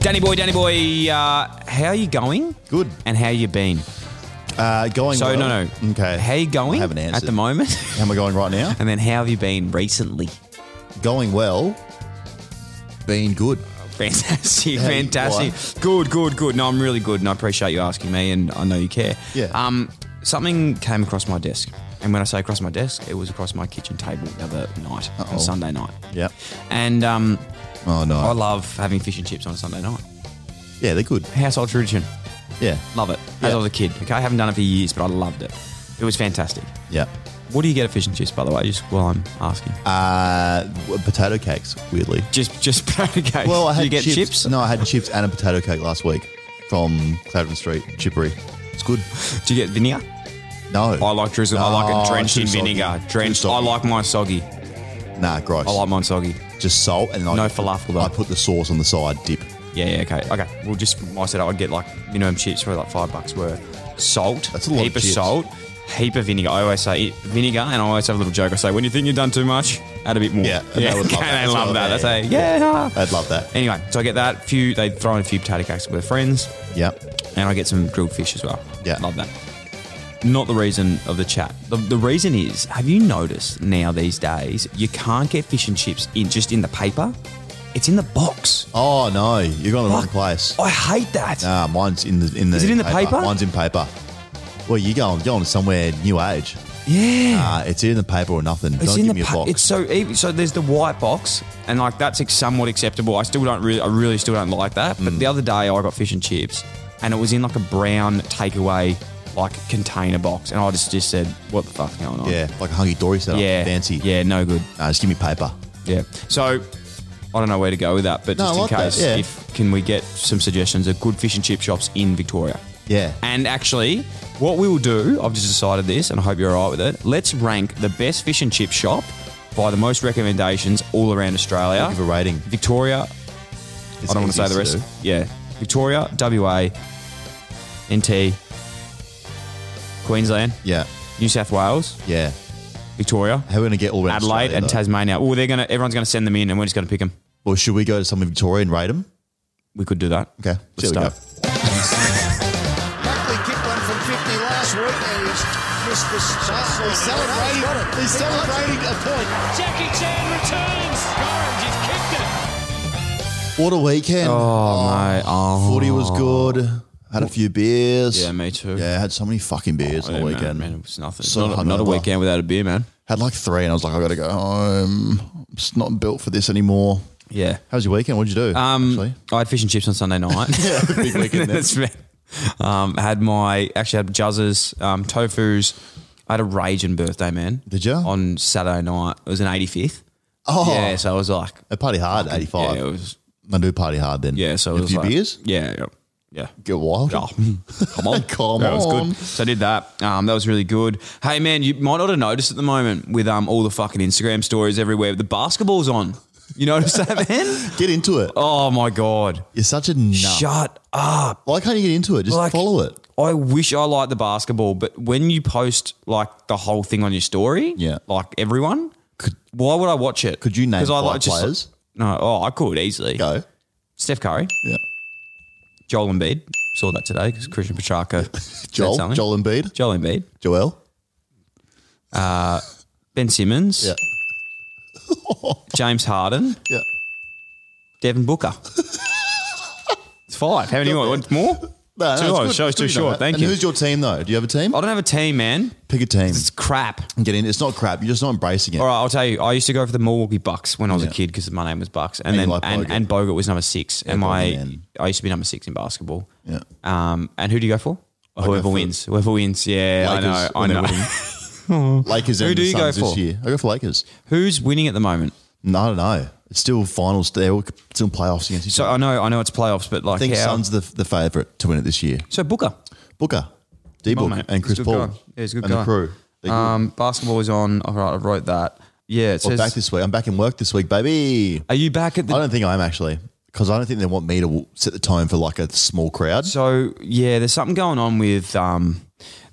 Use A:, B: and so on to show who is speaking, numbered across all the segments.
A: Danny boy, Danny boy, uh, how are you going?
B: Good.
A: And how you been?
B: Uh, going
A: So
B: well.
A: no, no.
B: Okay.
A: How you going?
B: I haven't
A: at
B: answered.
A: the moment.
B: How am I going right now?
A: and then how have you been recently?
B: Going well. Being good.
A: Fantastic,
B: Hey,
A: fantastic. Good, good, good. No, I'm really good, and I appreciate you asking me, and I know you care.
B: Yeah.
A: Um, something came across my desk, and when I say across my desk, it was across my kitchen table the other night
B: Uh-oh.
A: on Sunday night.
B: Yeah.
A: And um,
B: Oh no.
A: I love having fish and chips on a Sunday night.
B: yeah, they're good.
A: Household tradition.
B: Yeah.
A: Love it. As
B: Yeah.
A: I was a kid. Okay, I haven't done it for years, but I loved it. It was fantastic.
B: Yeah.
A: What do you get at fish and chips, by the way? Just while I'm asking.
B: Uh, w- potato cakes. Weirdly.
A: just, just potato cakes.
B: Well, I
A: Do
B: had
A: you get chips.
B: No, I had chips and a potato cake last week from Clavin Street Chippery. It's good.
A: Do you get vinegar?
B: No.
A: I like drizzle. I like
B: No,
A: it drenched
B: Oh, too
A: in
B: soggy.
A: vinegar.
B: Too
A: Drenched. I
B: soggy.
A: like mine soggy.
B: Nah, gross.
A: I like mine soggy.
B: just salt and I
A: No falafel, though.
B: I put the sauce on the side dip.
A: Yeah, yeah, okay. Okay. Well, just, I said I would get like minimum chips for like five bucks worth. Salt.
B: That's a lot
A: Heap
B: of
A: of,
B: chips.
A: salt. Heap of vinegar. I always say it- vinegar, and I always have a little joke. I say, when you think you've done too much, add a bit more.
B: Yeah, and
A: yeah.
B: they would love
A: okay,
B: that
A: they
B: as
A: love
B: well.
A: that.
B: Yeah,
A: That's a,
B: yeah.
A: yeah.
B: I'd love that.
A: Anyway, so I get that. Few they throw in a few potato cakes with their friends,
B: Yep.
A: and I get some grilled fish as well.
B: Yeah.
A: love that. Not the reason of the chat. The, the reason is, have you noticed now these days you can't get fish and chips in just in the paper? It's in the box.
B: Oh no, you're going to the wrong place.
A: I hate that.
B: Nah, Ah, mine's in the in the.
A: Is it in the paper?
B: Mine's in paper. Well, you going going somewhere new age?
A: yeah.
B: Nah, it's in the paper or nothing.
A: It's
B: Don't
A: in the
B: give me a
A: pa-
B: box.
A: It's so even, so. There's the white box, and like that's like, somewhat acceptable. I still don't really, I really still don't like that.
B: Mm.
A: But the other day, I got fish and chips, and it was in like a brown takeaway like container box, and I just just said, "What the fuck's going on?"
B: yeah, like a hunky dory setup.
A: yeah,
B: fancy.
A: Yeah, no good.
B: Nah, just give me paper.
A: Yeah. So I don't know where to go with that, but
B: No,
A: just
B: I
A: in
B: like that,
A: case,
B: yeah.
A: if can we get some suggestions of good fish and chip shops in Victoria?
B: Yeah.
A: And actually, what we will do, I've just decided this, and I hope you're all right with it. Let's rank the best fish and chip shop by the most recommendations all around Australia.
B: I'll give a rating.
A: Victoria.
B: It's
A: I don't want to say the
B: easiest
A: rest.
B: to
A: Yeah, Victoria, WA, NT, Queensland,
B: do. Yeah,
A: New South Wales,
B: yeah.
A: Victoria,
B: How are we gonna get all around
A: Adelaide,
B: Australia,
A: and
B: though?
A: Tasmania. Oh, they're gonna. Everyone's gonna send them in, and we're just gonna pick them.
B: Well, should we go to some in Victoria and rate them?
A: We could do that.
B: Okay,
A: Let's
B: see how we
A: start.
B: go.
C: Buckley kicked one from 50 last week and he's missed the start. He's celebrating, he's celebrating a point.
D: Jackie Chan returns. Gorringe has kicked it.
B: What a weekend!
A: Oh, mate. Oh.
B: Footy was good. Had a few beers.
A: Yeah, me too.
B: Yeah, had so many fucking beers all
A: Oh, Yeah, man,
B: weekend.
A: Man, it was nothing.
B: So
A: not, not a
B: hungover.
A: weekend without a beer, man.
B: Had like three, and I was like, I gotta go home. I'm just not built for this anymore.
A: Yeah.
B: How was your weekend? What did you do?
A: Um,
B: actually?
A: I had fish and chips on Sunday night.
B: big weekend. then.
A: That's fair. Um, had my actually had Juzzers, um, tofu's. I had a raging birthday, man.
B: Did ya?
A: On Saturday night, it was an 85th.
B: Oh,
A: Yeah, so I was like,
B: I party hard, eighty five.
A: yeah, it was,
B: I do party hard then.
A: yeah. So it
B: a
A: was
B: few
A: like,
B: beers.
A: Yeah, yeah, yeah.
B: Get wild.
A: Oh, come on,
B: Come
A: that was
B: on.
A: good. So I did that. Um, that was really good. Hey man, you might not have noticed at the moment with um all the fucking Instagram stories everywhere. The basketball's on. You notice that, man?
B: Get into it.
A: Oh my god!
B: You're such a nut.
A: Shut up!
B: Why can't you get into it? Just
A: Like-
B: follow it.
A: I wish I liked the basketball, but when you post like the whole thing on your story,
B: Yeah.
A: like everyone, why would I watch it?
B: Could you name
A: 'Cause
B: five
A: like just-
B: players?
A: no, oh, I could easily.
B: Go.
A: Steph Curry,
B: Yeah.
A: Joel Embiid. Saw that today because Christian Petrarca, said
B: Joel.
A: something.
B: Joel Embiid.
A: Joel Embiid,
B: Joel.
A: Ben Simmons,
B: Yeah.
A: James Harden,
B: Yeah.
A: Devin Booker. it's five. How many more? Want more?
B: No,
A: Too
B: it's
A: long.
B: good.
A: Show's
B: It's
A: too
B: good to know
A: short.
B: that.
A: Thank
B: and
A: you.
B: Who's your team though? Do you have a team?
A: I don't have a team, man.
B: Pick a team.
A: It's crap.
B: and get in. It's not crap. You're just not embracing it.
A: All right, I'll tell you. I used to go for the Milwaukee Bucks when I was
B: Yeah.
A: a kid because my name was Bucks, and,
B: And you
A: then
B: like
A: and,
B: Bogut.
A: and Bogut was number six, and
B: Bogut,
A: my
B: man.
A: I used to be number six in basketball.
B: Yeah.
A: Um, and who do you go for?
B: go
A: whoever
B: for-
A: wins, whoever wins. Yeah,
B: Lakers
A: I
B: when
A: know, I
B: they're
A: know.
B: winning. Lakers.
A: Who
B: and
A: do
B: the
A: you go
B: Suns
A: for?
B: This year. I go for Lakers.
A: Who's winning at the moment?
B: No, I don't know. It's still finals. They're all still playoffs against each
A: So
B: other.
A: I know, I know it's playoffs, but like
B: I think
A: how?
B: Suns the the favorite to win it this year.
A: so Booker,
B: Booker, D Book,
A: Come on, mate.
B: and
A: He's
B: Chris
A: a good
B: Paul.
A: guy. Yeah, he's a good
B: and
A: guy.
B: the crew. They're good.
A: um, basketball is on. All right, I wrote that. Yeah, it
B: Well,
A: says.
B: back this week. I'm back in work this week, baby.
A: are you back at
B: I
A: the?
B: don't think I am actually because I don't think they want me to w- set the tone for like a small crowd.
A: So yeah, there's something going on with um,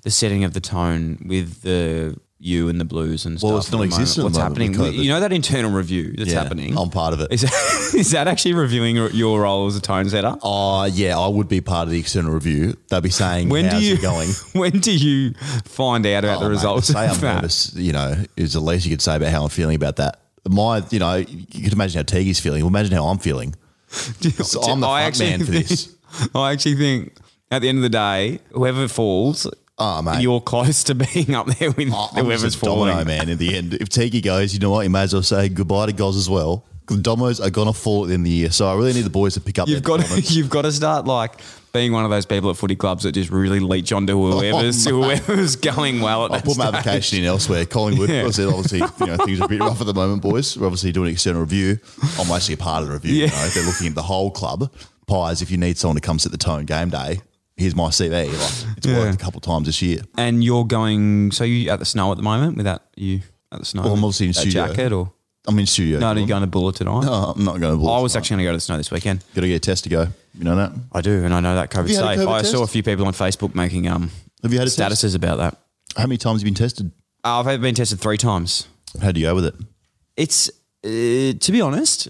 A: the setting of the tone with the you and the Blues and stuff.
B: Well, it's
A: at the moment,
B: non-existent at
A: What's
B: the moment
A: happening?
B: because
A: You know that internal review that's
B: Yeah,
A: happening.
B: I'm part of it.
A: Is that, is that actually reviewing your- your role as a tone setter?
B: Oh, yeah, I would be part of the external review. They'll be saying,
A: when
B: how's
A: do you
B: it going?
A: When do you find out about
B: Oh,
A: the
B: mate,
A: results?
B: to Say
A: of
B: I'm
A: that?
B: nervous, you know, is the least you could say about how I'm feeling about that. My, you know, you could imagine how Teague's feeling. Well, imagine how I'm feeling. So I'm the
A: I
B: front man
A: actually
B: for
A: think-
B: this.
A: I actually think at the end of the day, whoever falls,
B: Oh, mate.
A: you're close to being up there with
B: I- I'm
A: whoever's
B: just a domino,
A: falling.
B: man, in the end. If Tiki goes, you know what? You may as well say goodbye to Goz as well. 'Cause The domos are going to fall at the end of the year. So I really need the boys to pick up
A: You've
B: their
A: got to,
B: performance.
A: you've got to start like being one of those people at footy clubs that just really leech onto whoever's
B: Oh, mate.
A: whoever's going well. At
B: I'll
A: that
B: put my
A: stage.
B: application in elsewhere. Collingwood,
A: Yeah.
B: obviously, obviously you know, things are a bit rough at the moment, boys. We're obviously doing an external review. I'm actually a part of the review. You
A: Yeah.
B: know, they're looking at the whole club. Pies, if you need someone to come set the tone game day, here's my CV. Like, it's worked a couple of times this year.
A: And you're going. So you at the snow at the moment? Without you at the snow?
B: Well, I'm obviously in
A: That
B: studio.
A: jacket or
B: I'm in studio.
A: no? Are you going to Buller tonight?
B: Oh, I'm not going to.
A: I was actually going to go to the snow this weekend.
B: got to get a test to go. You know that?
A: I do, and I know that COVID's
B: you had a
A: safe.
B: COVID
A: I saw a
B: test?
A: few people on Facebook making um
B: Have you had a
A: statuses about that.
B: How many times have you been tested?
A: Uh, I've been tested three times.
B: How do you go with it?
A: It's uh, to be honest,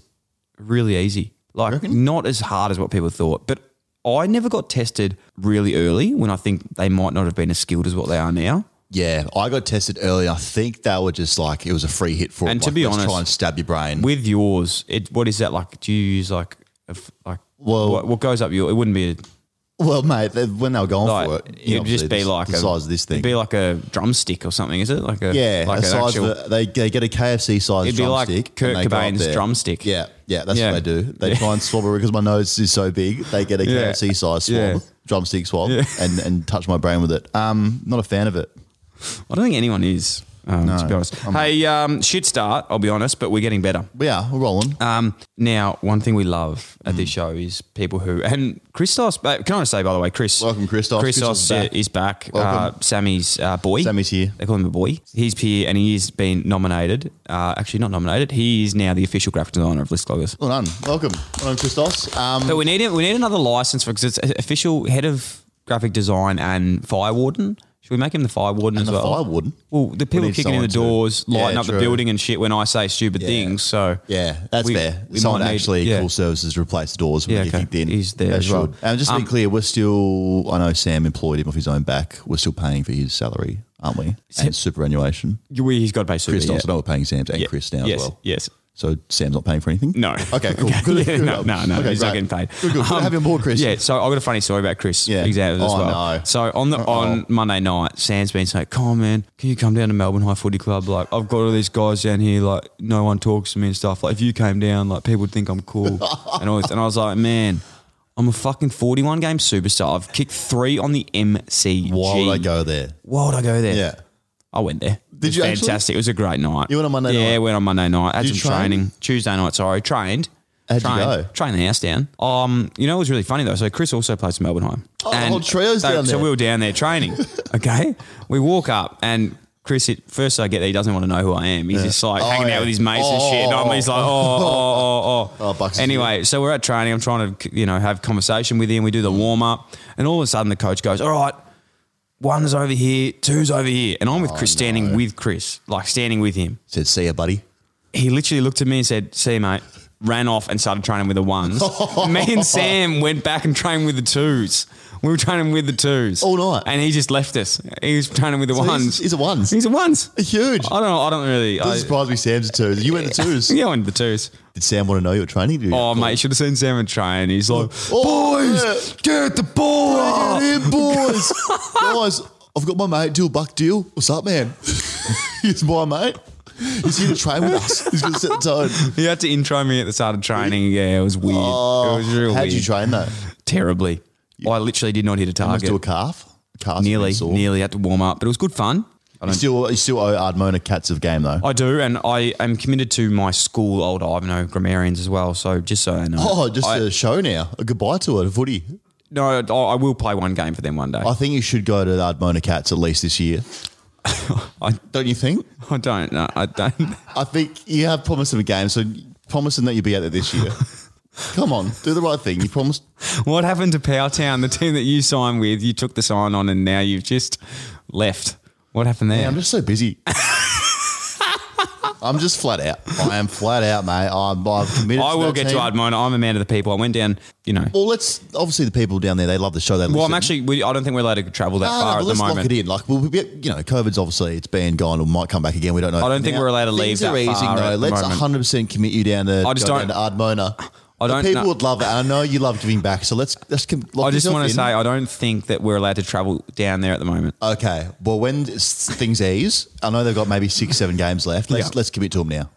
A: really easy. Like not as hard as what people thought, but I never got tested really early when I think they might not have been as skilled as what they are now.
B: Yeah, I got tested early. I think they were just like it was a free hit for.
A: And
B: them,
A: to
B: like,
A: be
B: let's
A: honest,
B: try and stab your brain.
A: With yours, it what is that like? Do you use like a f like
B: Well-
A: what, what goes up your? It wouldn't be a,
B: well, mate, they, when they were going for
A: like
B: it, you know,
A: you'd just
B: obviously
A: be
B: the-
A: like
B: the
A: a,
B: size of this
A: it'd
B: thing.
A: be like a drumstick or something, is it? Like a
B: yeah,
A: like
B: a
A: an
B: size
A: actual-
B: of a, they, they get a KFC size.
A: It'd be like
B: drumstick and
A: Kurt
B: they go up
A: Cobain's
B: there.
A: drumstick.
B: Yeah, yeah, that's
A: Yeah.
B: what they do. They
A: Yeah.
B: try and swab it because my nose is so big. They get a
A: Yeah.
B: KFC size swab,
A: Yeah.
B: drumstick swab,
A: Yeah.
B: and and touch my brain with it. Um, not a fan of it.
A: I don't think anyone is, um, to be honest. hey, um, shit start, I'll be honest, but we're getting better.
B: But yeah, we're rolling.
A: Um, now, one thing we love at
B: Mm.
A: this show is people who, and Christos, uh, can I say, by the way, Chris.
B: Welcome, Christos. Christos
A: Christos
B: is back.
A: uh, is back.
B: Welcome.
A: Uh, Sammy's uh, boy.
B: Sammy's here.
A: They call him a boy. He's here and he's been nominated. Uh, actually, not nominated. He is now the official graphic designer of List Cloggers.
B: well done. Welcome. Well done, Christos. Um,
A: But we need, we need another license because it's official head of graphic design and fire warden. Should we make him the fire warden
B: and
A: as
B: the
A: well?
B: fire wouldn't.
A: Well, the people
B: need
A: kicking in the
B: someone to-
A: doors, lighting
B: Yeah,
A: up
B: true.
A: the building and shit when I say stupid things. So
B: Yeah, that's
A: We-
B: fair.
A: we
B: Someone
A: might need-
B: actually
A: yeah.
B: cool services replaced the doors when
A: Yeah,
B: they
A: okay.
B: kicked in.
A: He's there as well.
B: And just to
A: Um,
B: be clear, we're still. I know Sam employed him off his own back. We're still paying for his salary, aren't we? And superannuation.
A: we, he's got to pay super.
B: Chris,
A: yeah.
B: also, I know we're paying Sam's and
A: Yeah.
B: Chris now
A: yes,
B: as well.
A: Yes.
B: So Sam's not paying for anything.
A: No.
B: Okay. Cool. Good.
A: Yeah,
B: good.
A: no, no, no,
B: Okay,
A: he's not
B: great.
A: getting paid.
B: Good. Good. good to
A: Um,
B: have you on board, Chris.
A: Yeah, so I got a funny story about Chris.
B: Yeah.
A: Exactly as
B: Oh,
A: well.
B: no.
A: So on the on Monday night, Sam's been saying, "Come on, man, can you come down to Melbourne High Footy Club? Like, I've got all these guys down here. Like, no one talks to me and stuff. Like, if you came down, like, people would think I'm cool." and all this. And I was like, "Man." I'm a fucking 41 game superstar. I've kicked three on the MCG.
B: Why would I go there?
A: Why would I go there?
B: Yeah.
A: I went there. Did it was
B: you actually?
A: Fantastic. It was a great night.
B: You went on Monday
A: yeah,
B: night?
A: went on Monday night. Had some
B: Did you train?
A: training. Tuesday night, sorry. Trained.
B: How'd you
A: trained,
B: go?
A: Trained the house down. Um, you know it was really funny though. So Chris also plays for Melbourne Home.
B: Oh, the whole trio's
A: so,
B: down
A: So
B: there.
A: we were down there training. okay, we walk up and. Chris, at first I get that he doesn't want to know who I am. He's just like
B: Oh,
A: hanging
B: yeah.
A: out with his mates and
B: Oh,
A: shit. And I'm,
B: oh,
A: he's like, oh, oh, oh, oh.
B: Oh, Bucks is
A: anyway, so we're at training. I'm trying to, you know, have conversation with him. We do the warm up, and all of a sudden the coach goes, "All right, one's over here, two's over here. And I'm with
B: Oh,
A: Chris, standing with Chris, like standing with him.
B: Said, see ya, buddy.
A: He literally looked at me and said, See, you, mate, ran off and started training with the ones. me and Sam went back and trained with the twos. We were training with the twos
B: All night?
A: And he just left us. He was training with the
B: So he's-
A: ones.
B: he's a ones?
A: He's a ones.
B: Huge.
A: I don't know. I don't really. I,
B: Doesn't surprise me. Sam's a twos. You went to twos.
A: yeah, I went to the twos.
B: Did Sam want to know you were training? Did you-
A: Oh, mate, you should have seen Sam and train. He's like,
B: Oh,
A: Boys, get the ball.
B: Bring it in, boys. Guys, I've got my mate, Deal Buck Deal. What's up, man? He's my mate. He's here to train with us. He's going to set the tone.
A: He had to intro me at the start of training. Yeah, it was weird. it was real
B: Oh, How'd
A: weird.
B: you train that?
A: terribly. I literally did not hit a
B: Must
A: target.
B: do a calf. Calf
A: nearly, nearly had to warm up, but it was good fun. I,
B: You
A: don't,
B: still, you still owe Ardmona Cats of game though.
A: I do, and I am committed to my school, old Ivanhoe grammarians as well. So just so I know,
B: Oh, just
A: I,
B: a show now. A goodbye to it, a footy.
A: no, I I will play one game for them one day.
B: I
A: I,
B: think you should go to the Ardmona Cats at least this year.
A: I-
B: Don't you think?
A: don't know. I don't.
B: I think you have promised them a game, so promising that you'll be out there this year. Come on, do the right thing. You promised.
A: what happened to Powtown, the team that you signed with? You took the sign on, and now you've just left. What happened there?
B: Yeah, I'm just so busy. I'm just flat out. I am flat out, mate. I'm, I've committed.
A: I
B: to
A: will
B: that
A: get
B: team.
A: to Ardmona. I'm a man of the people. I went down, you know.
B: Well, let's obviously the people down there. They love the show. They
A: Well, I'm
B: listen.
A: actually, we, I don't think we're allowed to travel that
B: No, no,
A: far
B: but
A: at the
B: let's
A: moment.
B: lock it in. Like, we'll be, you know, COVID's obviously it's been gone or might come back again. We don't know.
A: I don't think we're allowed to leave
B: things
A: that
B: are easing,
A: far
B: though.
A: at the
B: Let's
A: moment.
B: 100 percent commit you down to.
A: I just
B: go
A: don't-
B: down to Ardmona.
A: I don't
B: The people
A: know.
B: would love it. and I know you love giving back. So let's let's com- lock
A: I just
B: yourself
A: want
B: in.
A: to say, I don't think that we're allowed to travel down there at the moment.
B: Okay. Well, when s- things ease, I know they've got maybe six, seven games left. Let's
A: Yeah.
B: let's commit to them now.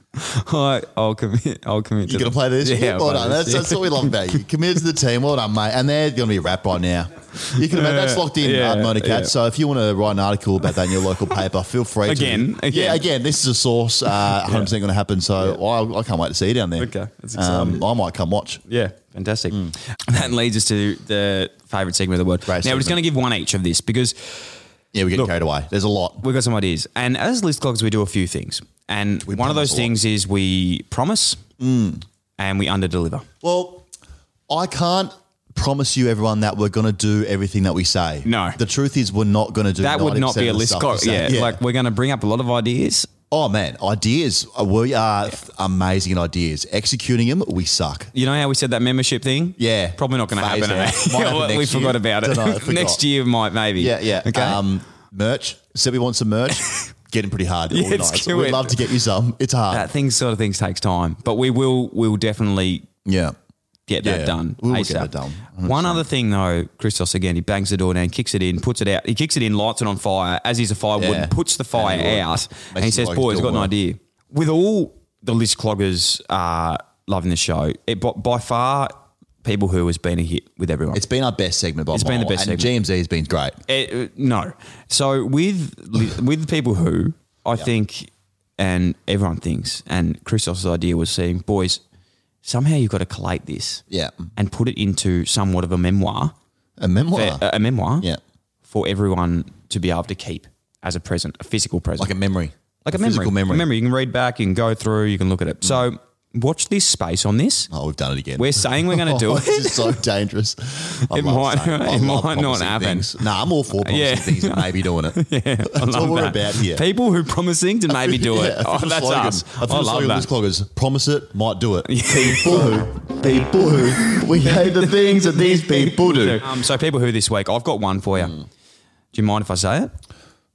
A: I, I'll commit. I'll commit.
B: You're
A: to
B: gonna play this?
A: Yeah, I'll
B: well
A: play
B: done.
A: this,
B: That's, that's what we love about you. Committed to the team. Well done, mate. And they're gonna be a wrap by now. You can imagine that's locked in,
A: Yeah,
B: yeah, Ardmona Cat.
A: yeah.
B: So if you want to write an article about that in your local paper, feel free.
A: Again,
B: to.
A: again.
B: yeah, again. This is a source. Uh, 100 percent going to happen. So I, I can't wait to see you down there.
A: Okay, that's
B: um,
A: exciting.
B: I might come watch.
A: Yeah, fantastic. That leads us to the favourite segment of the world. now
B: Mm. Great
A: we're just
B: segment.
A: going to give one each of this because
B: Yeah, we get
A: Look.
B: carried away. There's a lot.
A: we've got some ideas. And as list clogs, we do a few things. And one of
B: promise
A: those
B: a lot. Mm.
A: things is we promise and we under deliver.
B: Well, I can't promise you, everyone, that we're going to do everything that we say.
A: No.
B: The truth is, we're not going to do
A: That would not
B: 90%
A: be a
B: of the
A: list
B: stuff
A: clog.
B: we
A: Yeah,
B: say.
A: like we're going to bring up a lot of ideas.
B: oh, man, ideas. Uh, We are f- amazing in ideas. Executing them, we suck.
A: You know how we said that membership thing?
B: Yeah.
A: Probably not going to
B: Phase
A: happen.
B: out.
A: eh?
B: Might happen
A: we
B: next
A: forgot
B: year.
A: about it.
B: Dunno, I forgot.
A: next year might maybe.
B: Yeah, yeah.
A: Okay.
B: Um, merch. Said we want some merch. Getting pretty hard to
A: Yeah, it's
B: organise.
A: good.
B: We'd love to get you some. It's hard.
A: that thing sort of things takes time, but we will we'll definitely
B: yeah.
A: get that
B: Yeah,
A: done.
B: we will
A: ASAP.
B: get that done.
A: One other thing though, Christos again, he bangs the door down, kicks it in, puts it out. He kicks it in, lights it on fire as he's a firewood,
B: Yeah.
A: and puts the fire
B: And he
A: out.
B: lights-
A: and he
B: makes it
A: says,
B: like
A: "Boys, I've got an
B: Dilworth."
A: idea." With all the list cloggers uh, loving the show, it by, by far people who has been a hit with everyone.
B: It's been our best segment. By
A: It's been the best
B: and
A: segment.
B: GMZ has been great.
A: Uh, no. So with with people who I think, and everyone thinks, and Christos's idea was saying, boys, somehow you've got to collate this,
B: Yeah.
A: and put it into somewhat of a memoir, eh,
B: A memoir.
A: a, a memoir,
B: Uh-huh. Yeah.
A: for everyone to be able to keep as a present, a physical present,
B: like a memory.
A: like a, memory,
B: physical memory. Mm.
A: A memory. You can read back, you can go through, you can look at it. So watch this space on this.
B: Oh, we've done it again.
A: We're saying we're going to do
B: Oh,
A: it.
B: This is so dangerous. I
A: It
B: love
A: might-
B: saying- I
A: it
B: love
A: might not
B: promising
A: happen.
B: Things. Nah, I'm all for promising
A: Yeah.
B: things and maybe doing it.
A: I love
B: That's what we're
A: that.
B: about here.
A: People who promise things and maybe do it.
B: Yeah, I
A: Oh,
B: feel the
A: that's
B: slogan.
A: us.
B: I,
A: I,
B: feel the
A: love
B: slogan of
A: that.
B: this clog is promise it, might do it. People who, people who, we hate the things that these people do.
A: Um, so people who this week, I've got one for
B: Mm.
A: you. Do you mind if I say it?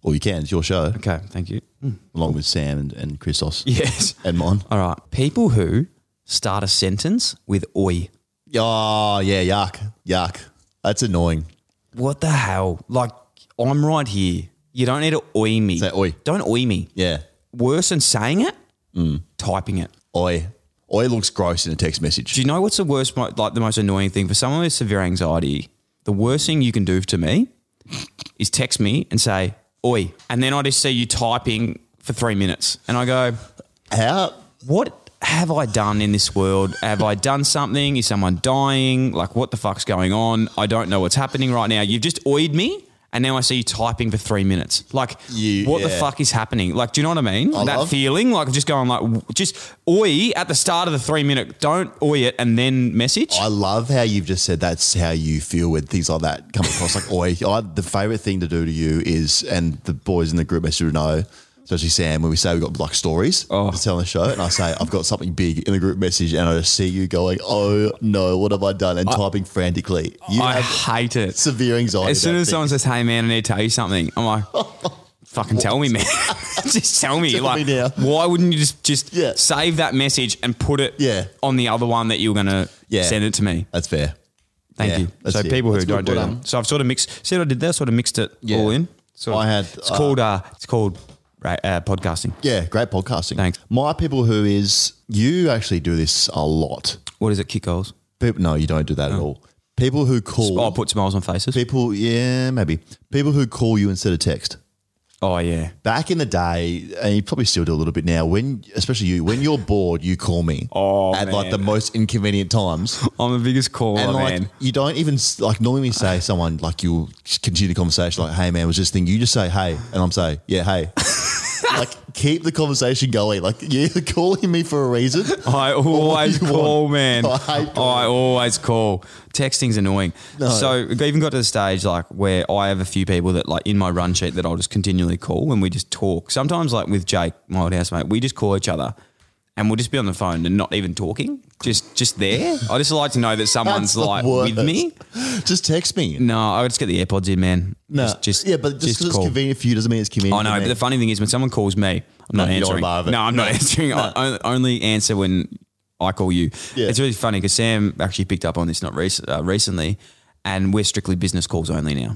B: Well, you can. It's your show,
A: Okay, thank you.
B: along with Sam and, and Christos
A: Yes.
B: and mine.
A: All right. People who start a sentence with oi.
B: Oh, yeah, yuck, yuck. That's annoying.
A: What the hell? Like, I'm right here. You don't need to oi me.
B: Say oi.
A: Don't oi me.
B: Yeah.
A: Worse than saying it,
B: Mm.
A: typing it.
B: Oi. Oi looks gross in a text message.
A: Do you know what's the worst, mo- like the most annoying thing for someone with severe anxiety? The worst thing you can do to me is text me and say, oi. And then I just see you typing for three minutes. And I go,
B: How?
A: what have I done in this world? Have I done something? Is someone dying? Like, what the fuck's going on? I don't know what's happening right now. You've just oid me. And now I see you typing for three minutes. Like,
B: You-
A: what the
B: yeah.
A: fuck is happening? Like, do you know what I mean?
B: I
A: that
B: love-
A: feeling, like, of just going like, w- just oi at the start of the three minute. Don't oi it and then message.
B: I love how you've just said that's how you feel when things like that come across. Like, oi, I, the favorite thing to do to you is, and the boys in the group message would know, especially Sam, when we say we've got like stories oh. to tell on the show, and I say, I've got something big in the group message, and I just see you going, oh no, what have I done? And typing frantically. You
A: I
B: have
A: hate it.
B: severe anxiety.
A: as soon
B: about
A: as someone
B: things.
A: says, "Hey man, I need to tell you something," I'm like, "Fucking tell me, man! just tell me."
B: Tell
A: like,
B: me now.
A: why wouldn't you just just
B: Yeah.
A: save that message and put it
B: Yeah.
A: on the other one that you were gonna
B: Yeah.
A: send it to me?
B: That's fair.
A: Thank
B: Yeah,
A: you.
B: that's
A: So
B: it.
A: people who
B: That's
A: don't
B: good,
A: do
B: well
A: that.
B: done.
A: So I've sort of mixed. See what I did there? Sort of mixed it
B: Yeah.
A: all in. Sort of-
B: I had,
A: It's
B: uh,
A: called. Uh, it's called right, uh, podcasting.
B: Yeah, great podcasting.
A: Thanks.
B: My people who is, you actually do this a lot.
A: What is it? Kick goals.
B: People, no, you don't do that at all. People who call.
A: Oh, I'll put smiles on faces.
B: People, yeah, maybe. People who call you instead of text.
A: Oh yeah.
B: Back in the day, and you probably still do a little bit now, when, especially you, when you're bored, you call me
A: Oh,
B: at like
A: man.
B: the most inconvenient times.
A: I'm the biggest caller,
B: And like,
A: man.
B: you don't even, s- like, normally we say someone, like, you'll just continue the conversation, like, hey, man, was this thing. You just say, hey. And I'm say, yeah, hey. like keep the conversation going. Like you're calling me for a reason.
A: I always
B: you
A: call,
B: want.
A: man.
B: I
A: I,
B: hate calling.
A: always call. Texting's annoying. So it even got to the stage like where I have a few people that like in my run sheet that I'll just continually call and we just talk. Sometimes like with Jake, my old housemate, we just call each other and we'll just be on the phone and not even talking. Just just there. I just like to know that someone's
B: That's the
A: like with
B: worst.
A: me.
B: Just text me.
A: No, I just get the AirPods in, man.
B: No.
A: Just, just
B: yeah, but just because it's
A: call.
B: convenient for you doesn't mean it's convenient.
A: I know,
B: for me.
A: but the funny thing is when someone calls me, I'm
B: No,
A: not
B: you don't
A: answering.
B: love it.
A: No, I'm not
B: No.
A: answering. I on- only answer when I call you.
B: Yeah.
A: It's really funny because Sam actually picked up on this not recent, uh, recently, and we're strictly business calls only now.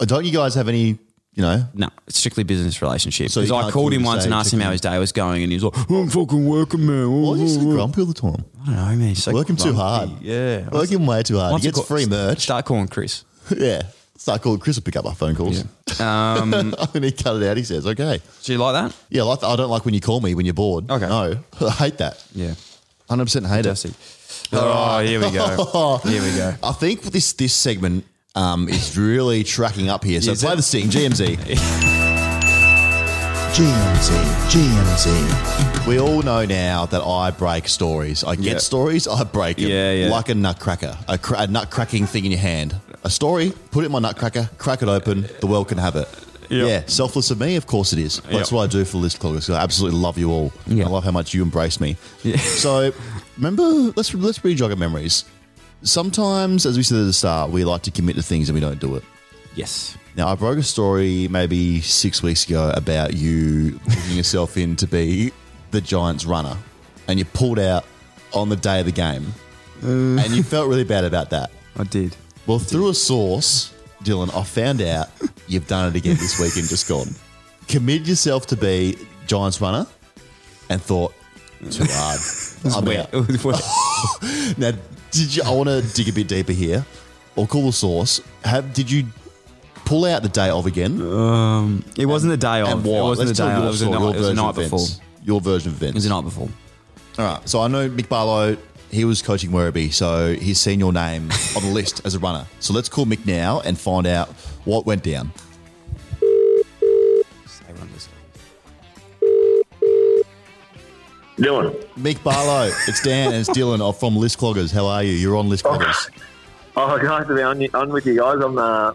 B: don't you guys have any? You know,
A: No, it's strictly business relationship.
B: So you
A: Because I
B: can't
A: called
B: call
A: him
B: to
A: once
B: say
A: and asked him
B: check
A: how
B: in.
A: his day was going, and he was like, "Oh, "I'm fucking working, man."
B: why are you so grumpy all the time?
A: I don't know, man. He's so
B: Working too
A: grumpy.
B: hard.
A: Yeah.
B: Working way too hard.
A: Once
B: He
A: I
B: gets
A: call-
B: free merch.
A: Start calling Chris.
B: yeah. Start calling Chris will pick up my phone calls. I mean, he cut it out. He says, "Okay,
A: Do you like that?
B: yeah, like, I don't like when you call me when you're bored.
A: Okay.
B: no, I hate that.
A: Yeah.
B: Hundred percent hate it.
A: Fantastic. Oh, here we go. Here we go.
B: I think this this segment um, is really tracking up here. So
A: Is
B: play
A: it?
B: the sting, GMZ. GMZ, GMZ. We all know now that I break stories. I get
A: Yeah.
B: stories, I break them.
A: Yeah, yeah.
B: Like a nutcracker, a, cra- a nutcracking thing in your hand. A story, put it in my nutcracker, crack it open, the world can have it.
A: Yeah.
B: Yeah, selfless of me, of course it is. That's
A: Yeah.
B: what I do for the list cloggers. 'cause I absolutely love you all.
A: Yeah.
B: I love how much you embrace me. So remember, let's let's rejog our memories. Sometimes, as we said at the start, we like to commit to things and we don't do it.
A: Yes.
B: Now, I broke a story maybe six weeks ago about you putting yourself in to be the Giants runner, and you pulled out on the day of the game, and you felt really bad about that.
A: I did.
B: Well, through a source, Dylan, I found out you've done it again this weekend, just gone. Committed yourself to be Giants runner, and thought too hard. I'm
A: Wet.
B: out.
A: It was wet.
B: Now, did you? I want to dig a bit deeper here, or call the source. Have did you pull out the day of again?
A: It wasn't the day of.
B: and why?
A: It wasn't
B: Let's
A: the day
B: tell
A: of.
B: your
A: It was the
B: story,
A: night,
B: your
A: it was the
B: version
A: night
B: of
A: before.
B: events.
A: It
B: Your version of events.
A: was the night before.
B: All right. So I know Mick Barlow. He was coaching Werribee, so he's seen your name on the list as a runner. So let's call Mick now and find out what went down.
E: Dylan.
B: Mick Barlow, it's Dan and it's Dylan of from List Cloggers. How are you? You're on List Cloggers.
E: Oh, guys, to be on, on with you guys. I'm uh,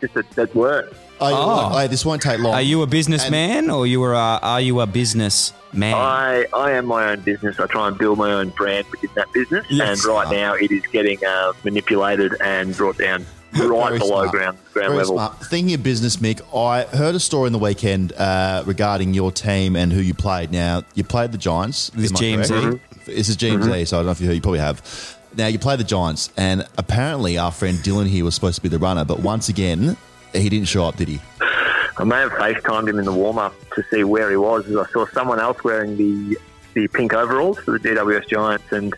E: just at, at work.
B: Oh, yeah,
A: Oh.
B: look, hey, this won't take long.
A: Are you a businessman or you were a, are you a business man?
E: I, I am my own business. I try and build my own brand within that business.
A: Yes.
E: And
B: Ah.
E: right now, it is getting uh, manipulated and brought down right
B: Very
E: below
B: smart.
E: ground ground
B: Very
E: level.
B: smart. Thinking of business, Mick, I heard a story in the weekend uh, regarding your team and who you played. Now, you played the Giants.
A: This
B: am I
A: GMZ?
B: correct?
A: Mm-hmm.
B: This is GMZ, so I don't know if you heard, you probably have. Now, you played the Giants, and apparently our friend Dylan here was supposed to be the runner, but once again, he didn't show up, did he?
E: I may have FaceTimed him in the warm up to see where he was. As I saw someone else wearing the the pink overalls for the DWS Giants, and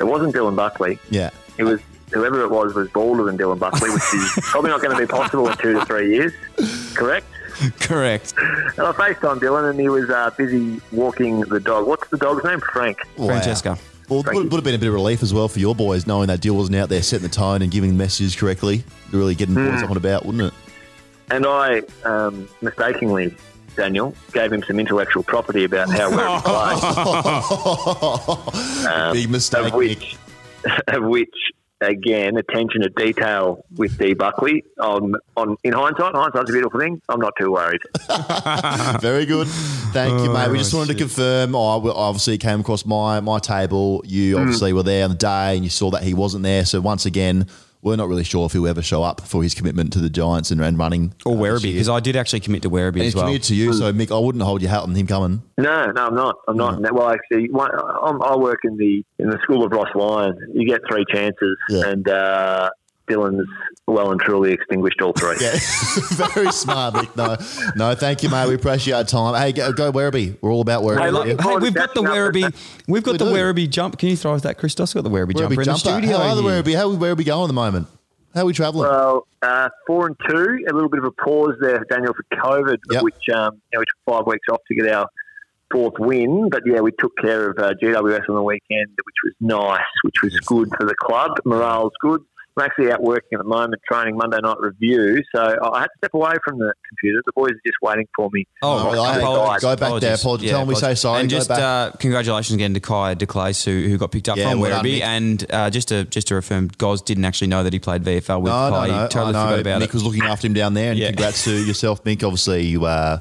E: it wasn't Dylan Buckley.
B: Yeah.
E: It was whoever it was was bolder than Dylan Buckley, which is probably not going to be possible in two to three years. Correct.
A: Correct.
E: And I FaceTimed Dylan and he was uh, busy walking the dog. What's the dog's name? Frank.
B: Wow.
A: Francesca.
B: Well, it
E: Thank
B: would,
E: you.
B: would have been a bit of relief as well for your boys knowing that Dylan wasn't out there setting the tone and giving messages correctly, really getting boys on
E: Hmm.
B: and about, wouldn't it?
E: And I um, mistakenly, Daniel, gave him some intellectual property about how we're played.
B: Big mistake,
E: Of
B: Mick.
E: which, of which, again, attention to detail with D Buckley. Um, on in hindsight, hindsight's a beautiful thing. I'm not too worried.
B: Very good. Thank you, mate. We just wanted to confirm. I w- obviously it came across my my table.
E: Hmm.
B: You obviously were there on the day, and you saw that he wasn't there. So once again, we're not really sure if he'll ever show up for his commitment to the Giants and, and running
A: Or
B: uh, this
A: Werribee,
B: year.
A: because I did actually commit to Werribee
B: And
A: as
B: he's
A: well.
B: committed to you, so Mick, I wouldn't hold your hat on him coming.
E: No, no, I'm not. I'm not. Well, actually, one, I'm, I work in the in the school of Ross Lyon. You get three chances,
B: Yeah.
E: and uh, Dylan's well and truly extinguished all three.
B: Yeah, very smart, Mick. No, no, thank you, mate. We appreciate your time. Hey, go, go Werribee. We're all about
E: Hey,
B: Werribee.
E: look,
B: yeah.
E: come
A: Hey,
E: on,
A: we've got the
E: catching up with
A: Werribee. We've got
B: We
A: the
B: do.
A: Werribee jump. Can you throw us that, Christos? We've got the Werribee, jumper
B: Werribee
A: in
B: jumper.
A: the studio.
B: How are the
A: here.
B: Werribee? How are Werribee going at the moment? How are we travelling?
E: Well, uh, four and two, a little bit of a pause there, Daniel, for COVID,
B: Yep.
E: which um, you know, we took five weeks off to get our fourth win. But yeah, we took care of uh, GWS on the weekend, which was nice, which was good for the club. Morale's good. I'm actually out working at the moment, training Monday night review. So I I had to step away from the computer. The boys are just waiting for me.
A: Oh,
B: Oh,
A: right.
B: I-
A: Apologies.
B: go back there,
A: Apologies.
B: apologies. Tell 'em we
A: apologies.
B: say sorry,
A: And
B: go
A: just
B: back.
A: Uh, congratulations again to Kaya DeClace, who, who got picked up
B: Yeah,
A: from
B: well done,
A: Werribee.
B: Nick.
A: and uh, just to just to affirm, Goz didn't actually know that he played VFL with
B: No, no,
A: Kaya.
B: no.
A: He totally
B: I know.
A: forgot about
B: Nick
A: it.
B: was looking after him down there, and
A: Yeah.
B: congrats to yourself, Nick. Obviously, you uh,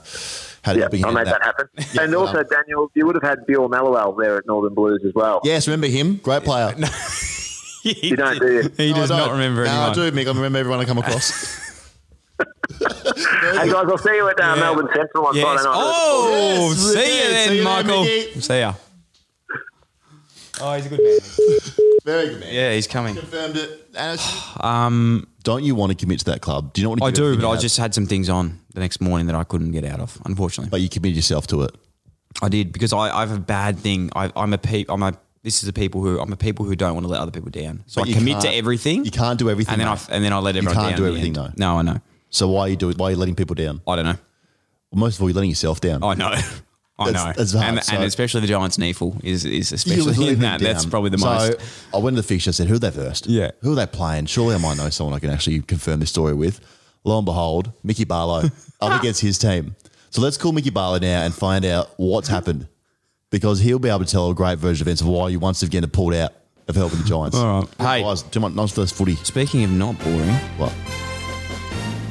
B: had
E: Yeah,
B: a big
E: I
B: hand
E: made
B: in
E: that,
B: that.
E: happen.
B: Yeah,
E: and
B: well
E: also,
A: Um,
B: done.
E: Daniel, you would have had Bill Mallowell there at Northern Blues as well.
B: Yes, remember him? Great player. No,
A: you
E: don't, do you?
A: He does
B: I don't.
A: not remember
B: no,
A: anyone.
B: I do, Mick. I remember everyone I come across.
E: Hey guys, I'll see you at uh, Melbourne Central on
A: Yes.
E: Friday night.
A: Oh,
B: Yes,
A: see
B: we
A: you
B: did.
A: then,
B: See you then,
A: Michael.
B: Mickey.
A: see ya. Oh, he's a good man.
B: Very good man.
A: Yeah, he's coming.
B: Confirmed it. And it's- don't you want to commit to that club? Do you not want to?
A: Um, I
B: give
A: do,
B: everything
A: but
B: you
A: I
B: have?
A: just had some things on the next morning that I couldn't get out of, unfortunately.
B: But you committed yourself to it.
A: I did because I, I have a bad thing. I, I'm a peep. I'm a. This is a people who I'm a people who don't want to let other people down. So
B: But
A: I
B: you
A: commit to
B: can't-
A: everything.
B: you can't do everything,
A: And then I
B: mate.
A: f- and then I let everyone
B: can't
A: down.
B: do
A: in the
B: everything,
A: end.
B: though.
A: No, I know.
B: So why are you doing? Why are you letting people down?
A: I don't know.
B: Most of all, you're letting yourself down.
A: I know. I
B: That's-
A: know.
B: that's hard,
A: and,
B: so-
A: and especially the Giants' kneeful is is
B: You're
A: especially in
B: letting
A: that.
B: them
A: That's
B: down.
A: probably the
B: so
A: most.
B: I went to the fixture. I said, "Who are they versed?
A: Yeah.
B: who are they playing? Surely I might know someone I can actually confirm this story with." Lo and behold, Mickey Barlow up against his team. So let's call Mickey Barlow now and find out what's happened because he'll be able to tell a great version of events of why you once again are pulled out of helping the Giants.
A: All right. Hey.
B: guys, too much nice first footy.
A: Speaking of not boring,
B: Well,